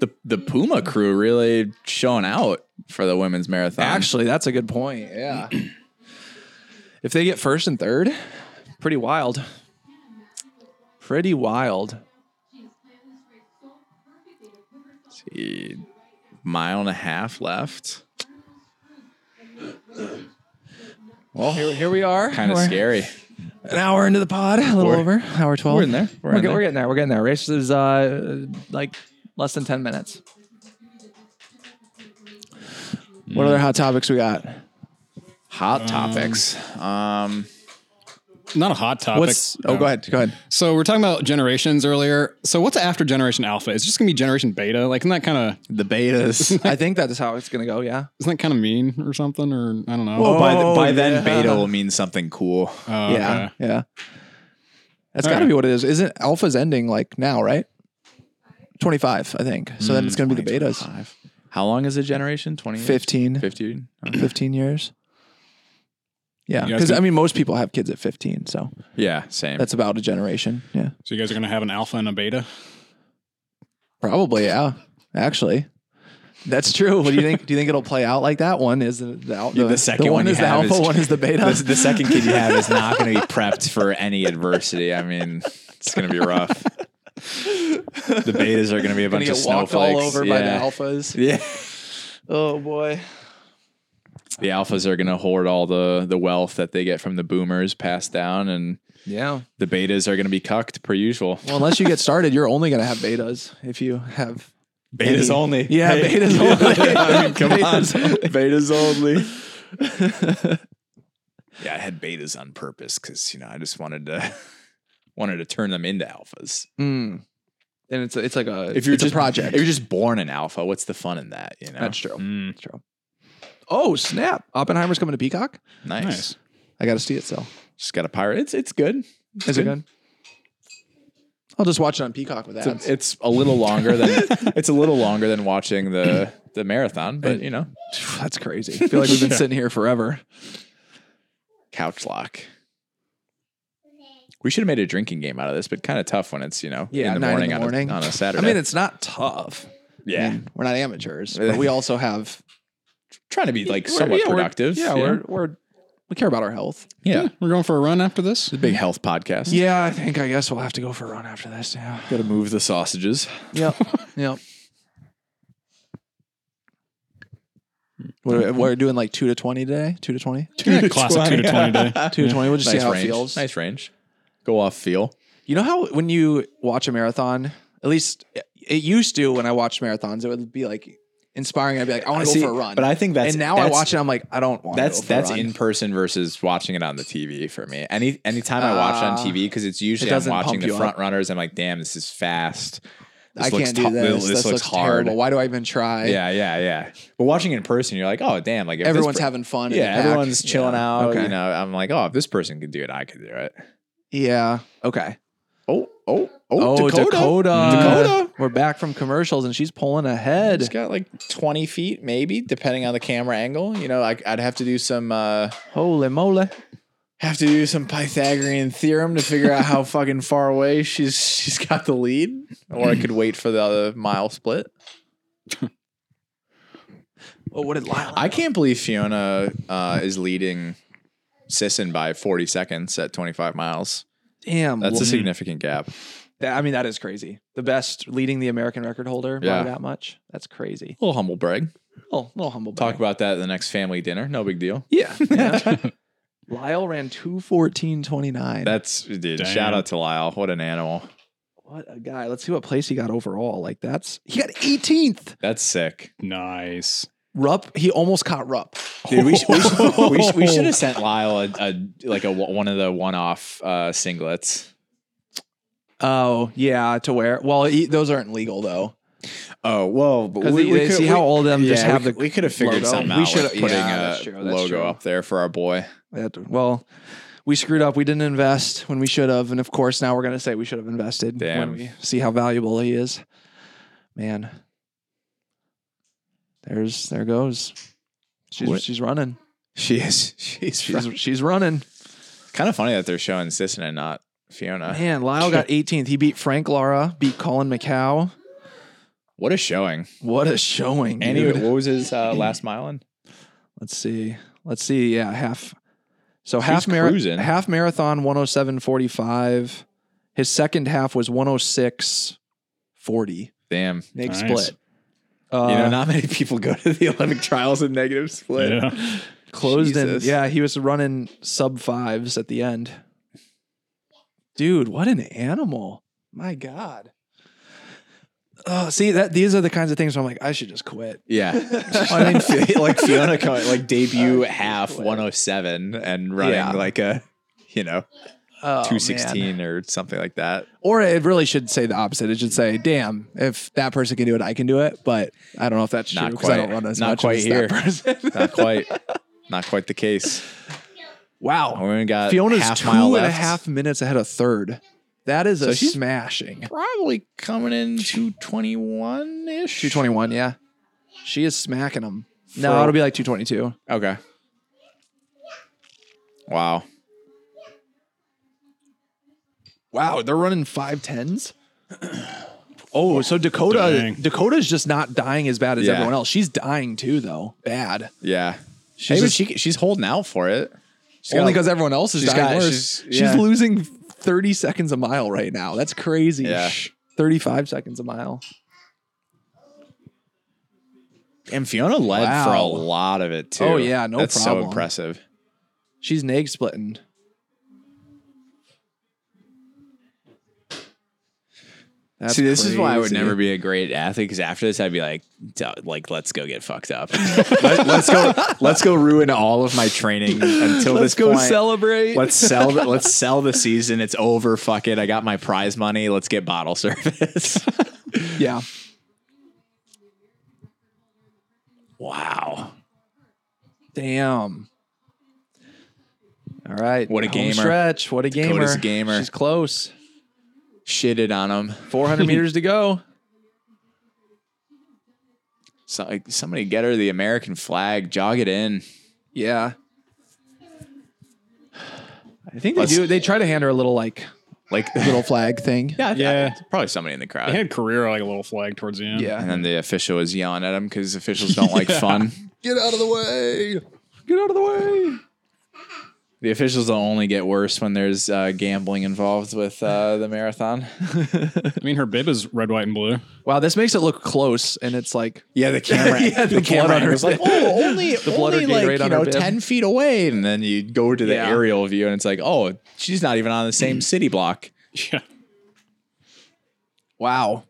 The the Puma crew really showing out for the women's marathon.
Actually, that's a good point. Yeah. if they get first and third, pretty wild. Pretty wild.
See, E, mile and a half left.
Well, here, here we are.
Kind of
We're
scary.
An hour into the pod, a little
We're-
over, hour 12.
we're in there. We're
We're,
in
get-
there.
we're getting there. We're getting there. Race is uh, like less than 10 minutes. What
Hmm.
other hot topics we got?
Hot topics. Um,
Not a hot topic.
what's? Oh,
No.
go ahead. Go ahead.
So we're talking about generations earlier. So what's after Generation Alpha? Is it just gonna be Generation Beta? Like, isn't that kind of
The betas.
I think that is how it's going to go. Yeah.
isn't that kind of mean or something? Or I don't know.
Oh, by, th- by
Oh,
then,
yeah.
beta will mean something cool.
Oh,
Yeah.
okay.
Yeah. That's
All
got to
right.
be what it is. Isn't Alpha's ending like now, right? 25, I think. So then it's going to be the betas.
25. How long is a generation? 20 years?
15,
15?
15 years. Yeah.
You guys
Because, I
can-
mean, most people have kids at 15. So
Yeah, same.
that's about a generation. Yeah.
So you guys are gonna have an Alpha and a Beta.
Probably. Yeah. Actually. That's true. What do you think? Do you think it'll play out like that? One is the, the, al-
the,
the-
second
the one,
you
is the
have
alpha, one is the beta.
The, the second kid you have is not going to be prepped for any adversity. I mean, it's going to be rough. The betas are going to be a
Gonna
bunch of
get walked
snowflakes.
all over by the
Yeah.
alphas.
Yeah,
Oh boy.
the alphas are going to hoard all the the wealth that they get from the boomers passed down, and
Yeah.
the betas are going to be cucked per usual.
Well, unless you get started, you're only going to have betas if you have.
Betas
Any-
only.
Yeah,
Hey.
betas only.
I mean, come
Betas
on, betas only. yeah, I had betas on purpose because you know I just wanted to wanted to turn them into alphas.
Mm. And it's it's like a
If you're
it's
just
a project.
if you're just born an alpha, what's the fun in that? You know,
That's true. That's true. Oh snap! Oppenheimer's coming to Peacock.
nice.
Nice.
I got to see it. So
Just got a pirate. It's it's good. It's
is it good? I'll just watch it on Peacock with ads.
It's a, it's a little longer than it's a little longer than watching the the marathon, but you know,
That's crazy. I feel like we've been sitting here forever.
Couch lock. We should have made a drinking game out of this, but kind of tough when it's you know
Yeah,
in the
nine in
morning,
the morning.
On, a, on a Saturday.
I mean, it's mm. not tough.
yeah,
I mean, we're not amateurs, but we also have
trying to be like
we're-
somewhat
yeah, we're-
productive.
Yeah,
you know?
we're we're we care about our health.
yeah,
We're going for a run after this.
It's a big health podcast.
Yeah, I think I guess we'll have to go for a run after this. Yeah.
got to move the sausages.
Yep. yep. What are we, Hmm. we're doing like two to twenty today. Two to twenty.
Yeah, classic two to twenty day.
Two to twenty. We'll just
nice
see how
range.
it feels.
Nice range. Go off feel.
You know how when you watch a marathon, at least it used to when I watched marathons, it would be like inspiring. I'd be like, I want to go for a run.
But I think that's
and now I
that's-
watch it, I'm like, I don't want.
That's
to go for a
that's
run.
in person versus watching it on the TV for me. Any anytime I watch it on
Ah.
TV because it's usually I'm
doesn't
watching
pump
the
you up.
front runners. I'm like, damn, this is fast. This
I
looks
can't
tou-
do this.
This, looks,
This, looks,
hard.
terrible. Why do I even try?
Yeah, yeah, yeah. But watching it in person, you're like, oh, damn! Like if this
everyone's
per-
having fun. in the
Yeah,
pack.
everyone's chilling
Yeah.
out.
Okay.
You know, I'm like, oh, if this person could do it, I could do it.
Yeah. Okay.
Oh, oh, Mm.
Oh, Dakota. Dakota.
Dakota.
We're back from commercials and she's pulling
It's
ahead.
got like 20 feet, maybe, depending on the camera angle. You know, I, I'd have to do some, uh,
Holy moly.
have to do some Pythagorean theorem to figure out how fucking far away she's she's got the lead, or I could wait for the other mile split.
Oh, what did Lyle?
I can't believe Fiona uh, is leading Sisson by 40 seconds at 25 miles.
Damn.
That's
well,
a significant gap.
that- I mean, that is crazy. The best leading the American record holder
Yeah.
by that much. That's crazy.
little humble brag.
Oh, little humble.
Talk
brag.
about that at the next family dinner. No big deal.
Yeah. yeah. Lyle ran 214.29.
That's dude.
Damn.
Shout out to Lyle. What an animal.
what a guy. Let's see what place he got overall. Like, that's, he got 18th.
That's sick.
Nice.
Rupp, he almost caught Rupp.
Dude, we, sh- we, sh- we, sh- we should have sent Lyle a, a like a one of the one off uh, singlets.
Oh, yeah, to wear. Well, he, those aren't legal, though.
Oh well, but
Because they, they see how all of them just have
we,
the.
we could have figured
logo.
something out.
We
We should
shoulda-
putting
yeah,
a
that's true, that's
logo
true.
up there for our boy.
That- well, we screwed up. We didn't invest when we should have, and of course now we're gonna say we should have invested
Damn.
when we see how valuable he is. Man, there's there goes. She's
What?
she's running.
She is. She's,
She's she's running.
kind of funny that they're showing Sisson and not Fiona.
Man, Lyle got 18th. He beat Frank Lara, beat Colin McCow.
What a showing!
What a showing!
And he,
dude.
what was his uh, last mile in?
Let's see. Let's see. Yeah, half. So half
cruising.
marathon, half marathon, 107.45. His second half was 106.40.
Damn,
Make
Nice.
split. Uh,
you know, not many people go to the Olympic trials in negative split.
Yeah.
closed
Jesus.
in. Yeah, he was running sub fives at the end. Dude, what an animal! My God. Oh, see that these are the kinds of things where I'm like, I should just quit.
Yeah. I mean, like Fiona coming, like debut half 107 and running
Yeah.
like a, you know,
Oh,
216 or something like that.
Or it really should say the opposite. It should say, "Damn, if that person can do it, I can do it." But I don't know if that's
Not
true because I
quite.
don't run as
Not
much
quite
as
here.
that person.
Not quite, not quite the case. We
wow,
only got
Fiona's
half
two
mile
and a
left.
half minutes ahead of third. That is
So
a
she's-
smashing.
Probably coming in 221 ish.
Two twenty one, yeah. She is smacking them. No, it'll be like two twenty two.
Okay. Wow.
Wow, they're running five tens. oh, so Dakota
Dang.
Dakota's just not dying as bad as
Yeah.
everyone else. She's dying too, though. Bad.
Yeah. She's
She's just-
she, she's holding out for it. She's
only
got-
because everyone else is
she's
dying
got-
worse.
she's-
She's,
yeah.
losing 30 seconds a mile right now. That's crazy.
Yeah.
35 seconds a mile.
and Fiona led for a
Wow.
lot of it too.
Oh, yeah, no
That's so
problem.
impressive.
She's nag splitting. That's
See, this is why I would
crazy.
never be a great athlete because after this, I'd be like, "D- like, let's go get fucked up. Let, us go. Let's go ruin all of my training until
Let's
this
go
point.
celebrate.
Let's sell. The, let's sell the season. It's over. Fuck it. I got my prize money. Let's get bottle service.
Yeah.
wow.
Damn. All right.
What a
Home
gamer.
Stretch. What a gamer.
Dakota's a gamer.
She's close.
Shitted on him.
400 meters to go.
So, like, somebody get her the American flag. Jog it in.
Yeah. I think they do. They try to hand her a little like
Like,
little flag thing.
yeah,
Yeah.
probably somebody in the crowd.
They had Carrera like a little flag towards the end.
And
Yeah.
then the official is yelling at him because officials don't like fun.
Get out of the way. Get out of the way.
The officials will only get worse when there's uh, gambling involved with uh, the marathon.
I mean, her bib is red, white, and blue.
Wow, this makes it look close, and it's like
Yeah, the camera.
Yeah,
the,
the
camera
blood
angle was like,
understand.
oh, only,
The blood
only
or
like
Gatorade
you
on her
know,
bib.
ten feet away, and then you go to the
Yeah. Mm.
aerial view, and it's like, oh, she's not even on the same city block.
Yeah.
wow.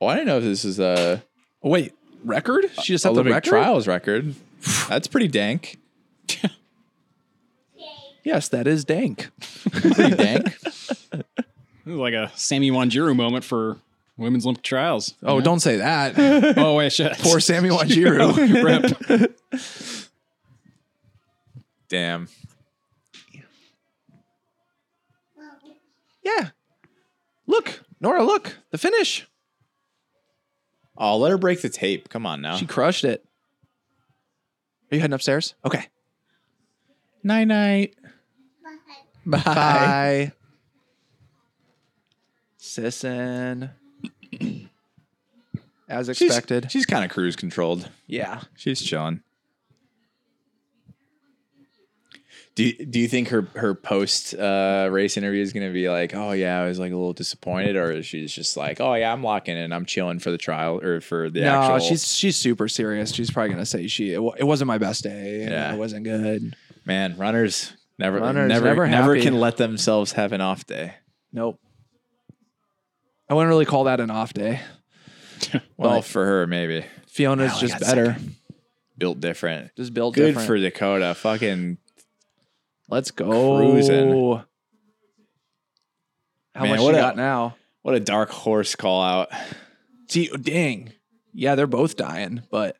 Well, I don't know if this is a
Oh, wait, record? She just set
Olympic
the record.
trials record. That's pretty dank.
Yes, that is dank.
Pretty dank.
It was like a Sammy Wanjiru moment for women's Olympic trials.
Oh, don't say that.
oh wait, shit. Oh,
Poor Sammy Wanjiru.
Rip.
Damn.
yeah. Look, Nora. Look, the finish.
Oh, let her break the tape. Come on now.
She crushed it. Are you heading upstairs? Okay.
night night.
Bye. Sisson. As
She's,
expected.
She's kind of cruise controlled.
yeah.
She's chilling. Do Do you think her her post uh, race interview is going to be like, oh yeah, I was like a little disappointed, or is she's just like, oh yeah, I'm locking in, I'm chilling for the trial or for the
no,
actual?
she's she's super serious. She's probably gonna say she it, wa- it wasn't my best day. and
Yeah.
it wasn't good.
man, runners never
Runners
never
never
never, never
happy.
can let themselves have an off day.
Nope. I wouldn't really call that an off day.
Well,
Like,
for her maybe
Fiona's
I
just
got
better.
built different.
Just built
Good
different.
for Dakota. Fucking
Let's go.
Cruising.
How
Man,
much
what
you
a-
got now?
what a dark horse call out.
See, dang. Yeah, they're both dying, but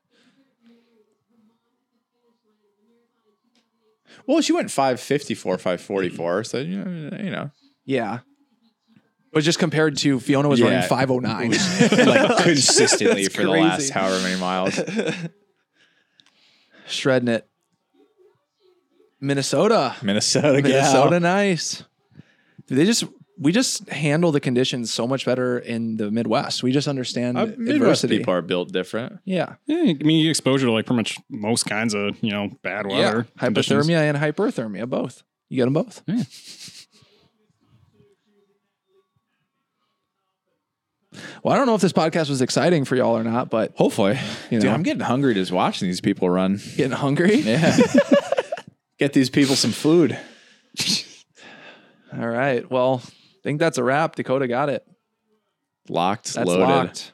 Well, she went five fifty four, five forty four. So you know, you know,
yeah. But just compared to Fiona was running
Yeah.
509.
like consistently
That's
for the last
crazy.
however many miles.
Shredding it. Minnesota.
Minnesota,
Minnesota
Minnesota.
nice. They just we just handle the conditions so much better in the Midwest. We just understand
Uh, Midwest
adversity.
people are built different.
yeah.
Yeah, I mean, you get exposure to like pretty much most kinds of you know bad weather.
Hypothermia
conditions.
and hyperthermia, both. You get them both.
Yeah.
Well, I don't know if this podcast was exciting for y'all or not, but
Hopefully,
You
dude,
know.
I'm getting hungry just watching these people run.
getting hungry.
Yeah, get these people some food.
All right. Well, I think that's a wrap. Dakota got it.
Locked,
That's
loaded.
locked.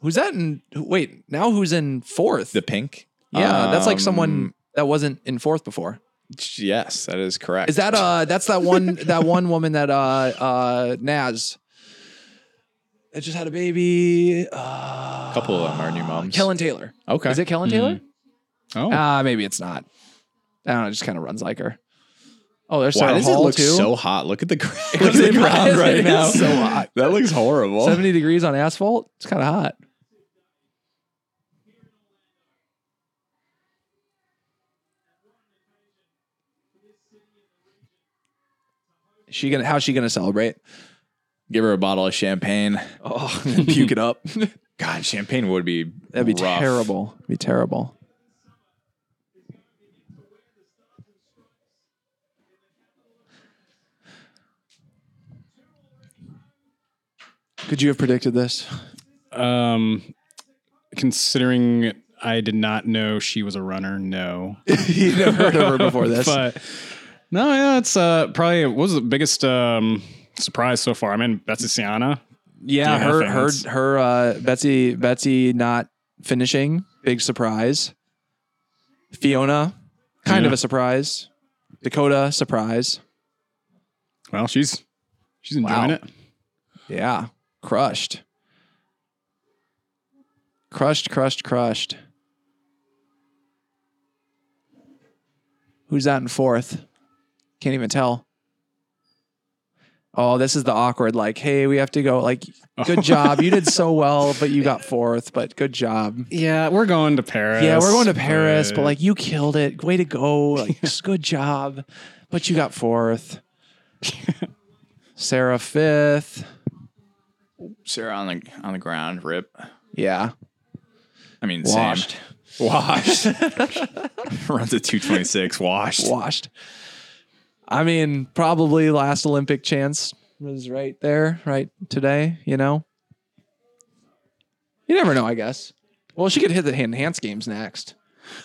Who's that in? who- Wait, now who's in fourth?
The pink.
yeah, that's like someone
Um,
that wasn't in fourth before.
Yes, that is correct.
Is that uh that's that one that one woman that uh uh Naz that just had a baby. Uh
a couple of them are new moms?
Kellen Taylor.
Okay. Hmm.
Is it Kellen Taylor?
Oh,
Ah, maybe it's not. I don't know, it just kind of runs like her. Oh, there's
Why
Sarah
does
Hall
it look
too.
so hot? Look at the ground,
Because
Look at
it
the ground
is- it
right
is
now.
so hot.
That looks horrible.
70 degrees on asphalt? It's kind of hot. Is She gonna how's she gonna celebrate?
Give her a bottle of champagne.
Oh, puke it up.
God, champagne would be
That'd be
rough.
terrible. Be terrible. Could you have predicted this?
um, considering I did not know she was a runner. No,
you never heard of her before this.
but no, yeah, it's uh probably what was the biggest um surprise so far. I mean, Betsy Siana.
Yeah,
Yeah,
her
I
her
think
her uh, Betsy Betsy not finishing, big surprise. Fiona, kind of
Yeah.
a surprise. Dakota, surprise.
Well, she's she's enjoying
Wow.
it.
Yeah, crushed, crushed, crushed, crushed. Who's that in fourth? Can't even tell. Oh, this is the awkward, like, hey, we have to go. Like, good job. You did so well, but you got fourth, but good job.
Yeah, we're going to Paris.
Yeah, we're going to Paris, but like, you killed it. Way to go. Like, just good job, but you got fourth. Sarah, fifth.
Sarah on the on the ground, rip.
Yeah.
I mean,
Washed.
Washed. Runs at 226, washed.
Washed. I mean, probably last Olympic chance was right there, right today, you know? You never know, I guess. Well, she could hit the enhanced games next.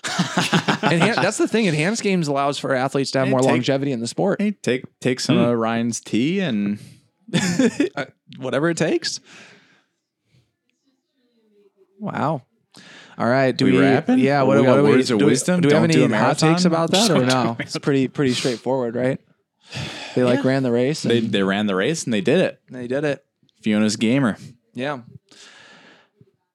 Enhan- that's the thing. Enhanced games allows for athletes to have
Hey,
more
take-
longevity in the sport.
Hey, take take
Hmm.
some of Ryan's tea and
Whatever it takes. Wow. All right. Do
We
we,
rapping?
Yeah.
We
What,
got
what do we-
words of
do we-
wisdom?
Do we have
Don't do
any
a
hot takes
marathon?
about that or
Don't do
no? It's pretty pretty straightforward, right? They like ran the race. And
they, they ran the race and they did it.
They did it.
Fiona's gamer.
Yeah.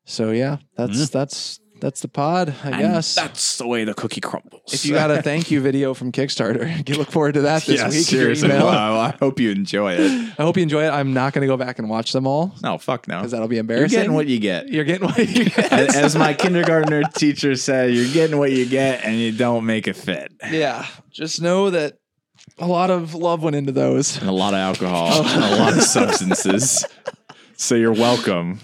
So yeah, that's that's that's the pod, I guess.
Mm-hmm. That's the way the cookie crumbles.
If you got a thank you video from Kickstarter, you look forward to that this
yeah,
week. in your
seriously.
email.
Wow, I hope you enjoy it.
I hope you enjoy it. I'm not going to go back and watch them all
No, fuck no.
because that'll be
You're
embarrassing.
getting what you get.
you're getting. What you
As
get.
as my kindergartner teacher said, you're getting what you get and you don't make it fit.
yeah, just know that a lot of love went into those.
And a lot of alcohol, and a lot of substances. So you're welcome.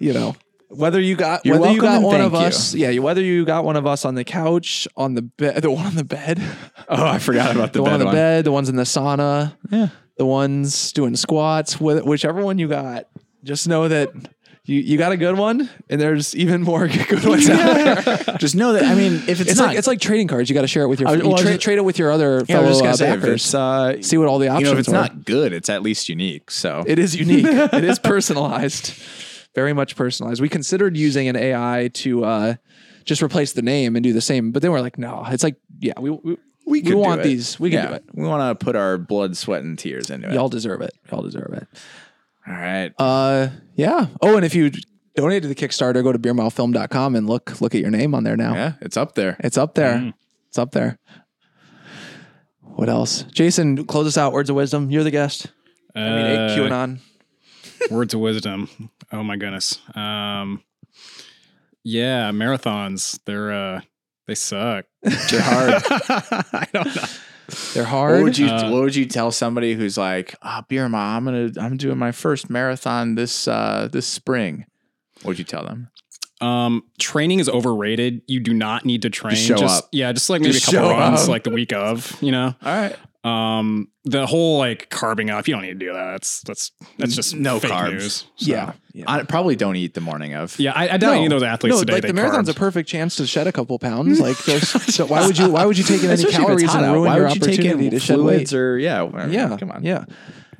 you know whether you got
You're
whether you
welcome
got
and
one
thank
of
you.
us yeah you- whether you got one of us on the couch on the bed the one on the bed
Oh, I forgot about the,
the one on
bed
the
one.
bed the ones in the sauna
Yeah.
the ones doing squats wh- whichever one you got just know that you, you got a good one and there's even more good ones out there
Just know that I mean, if it's,
it's
not,
like it's like trading cards you got to share it with your
I was-
you
well, I was
tra-
just-
trade it with your other
yeah, I
fellow
was just gonna
uh,
say, if
backers
it's, uh,
see what all the options
you know, if it's
were.
not good, it's at least unique. So
It is unique. it is personalized, very much personalized. We considered using an AI to uh, just replace the name and do the same, but then we're like, no, it's like, yeah, we we, we,
could do
want
it.
these. We can
yeah,
do it.
we want to put our blood, sweat, and tears into it.
Y'all deserve it. Y'all deserve it.
All right.
Uh, yeah. Oh, and if you donate to the Kickstarter, go to beermouthfilm.com and look look at your name on there now.
yeah, Mm. it's up there.
It's up there. It's up there. What else? Jason, close us out. Words of wisdom. You're the guest. I mean,
Uh,
QAnon.
words of wisdom. Oh my goodness. Um, yeah, marathons. They're uh, they suck.
They're hard.
I don't know.
They're
What
hard.
would you
Uh,
What would you tell somebody who's like, "Ah, beer mom, I'm gonna, I'm doing my first marathon this uh this spring." What would you tell them?
Um, training is overrated. You do not need to train.
show up.
Yeah, just like maybe
Just
a couple
show
runs,
up.
like the week of. You know,
All right,
um, the whole like carving up. You don't need to do that. That's that's that's just
No
fake
carbs.
News, So-
yeah. yeah.
I probably don't eat the morning of.
Yeah, I, I doubt any of those athletes
no,
today.
like
they
the marathon's
carbed.
a perfect chance to shed a couple pounds. Like, there's, so why would you? Why would you take in any calories and ruin
Why
your
would you take
opportunity
in
to shed weight?
fluids or yeah, whatever.
yeah,
come on,
yeah.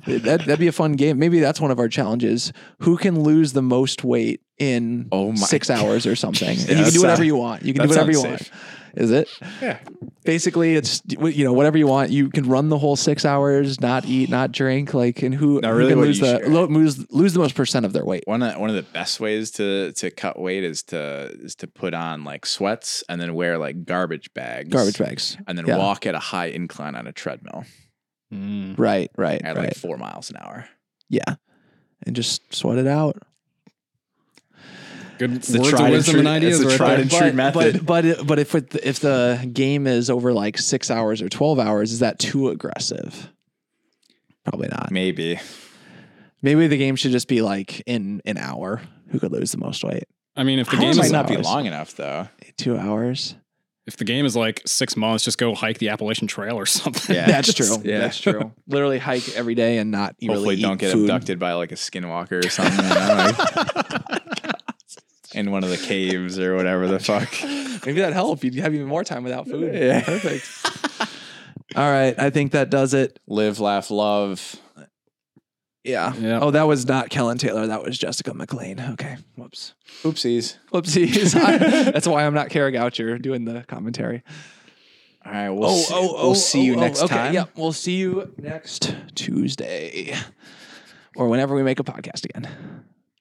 That that'd be a fun game. Maybe that's one of our challenges. Who can lose the most weight in
Oh my
six hours or something?
Yeah,
and you can
that's
do whatever
not-
you want. You can
that
do whatever you
sounds
want. Is it?
Yeah.
Basically, it's you know whatever you want. You can run the whole six hours, not eat, not drink. Like, and who,
Now,
who
really
can
what
lose
you
the
share.
lo- lose lose the most percent of their weight?
One of, one of the best ways to to cut weight is to is to put on like sweats and then wear like garbage bags,
Garbage bags.
and then
Yeah.
walk at a high incline on a treadmill
Mm.
Right, right,
Mm-hmm. at
right.
like four miles an hour.
Yeah. And just sweat it out.
good
the
words
tried
of
and
wisdom
true-
and
it's
ideas.
the
right
tried
there.
and true method.
But but but if it, if the game is over like six hours or twelve hours, is that too aggressive? Probably not.
Maybe
Maybe the game should just be like in an hour. Who could lose the most weight?
I mean, if the
How
game
am I
is
not-
not be
hours.
long enough though.
Two hours.
if the game is like six months, just go hike the Appalachian Trail or something.
Yeah.
That's true.
Yeah.
That's true. Literally hike every day and not really
Hopefully,
eat
don't get
food.
abducted by like a skinwalker or something. you know, like, in one of the caves or whatever the fuck.
Maybe that'd help. You'd have even more time without food.
Yeah.
Perfect. All right. I think that does it.
Live, laugh, love.
Yeah.
Yeah.
Oh, that was not Kellen Taylor. That was Jessica McLean. Okay. Whoops.
Oopsies.
Whoopsies. I- that's why I'm not Kara Goucher doing the commentary.
All right. We'll see, we'll see you
oh,
next
okay.
time.
Yep. We'll see you next Tuesday or whenever we make a podcast again.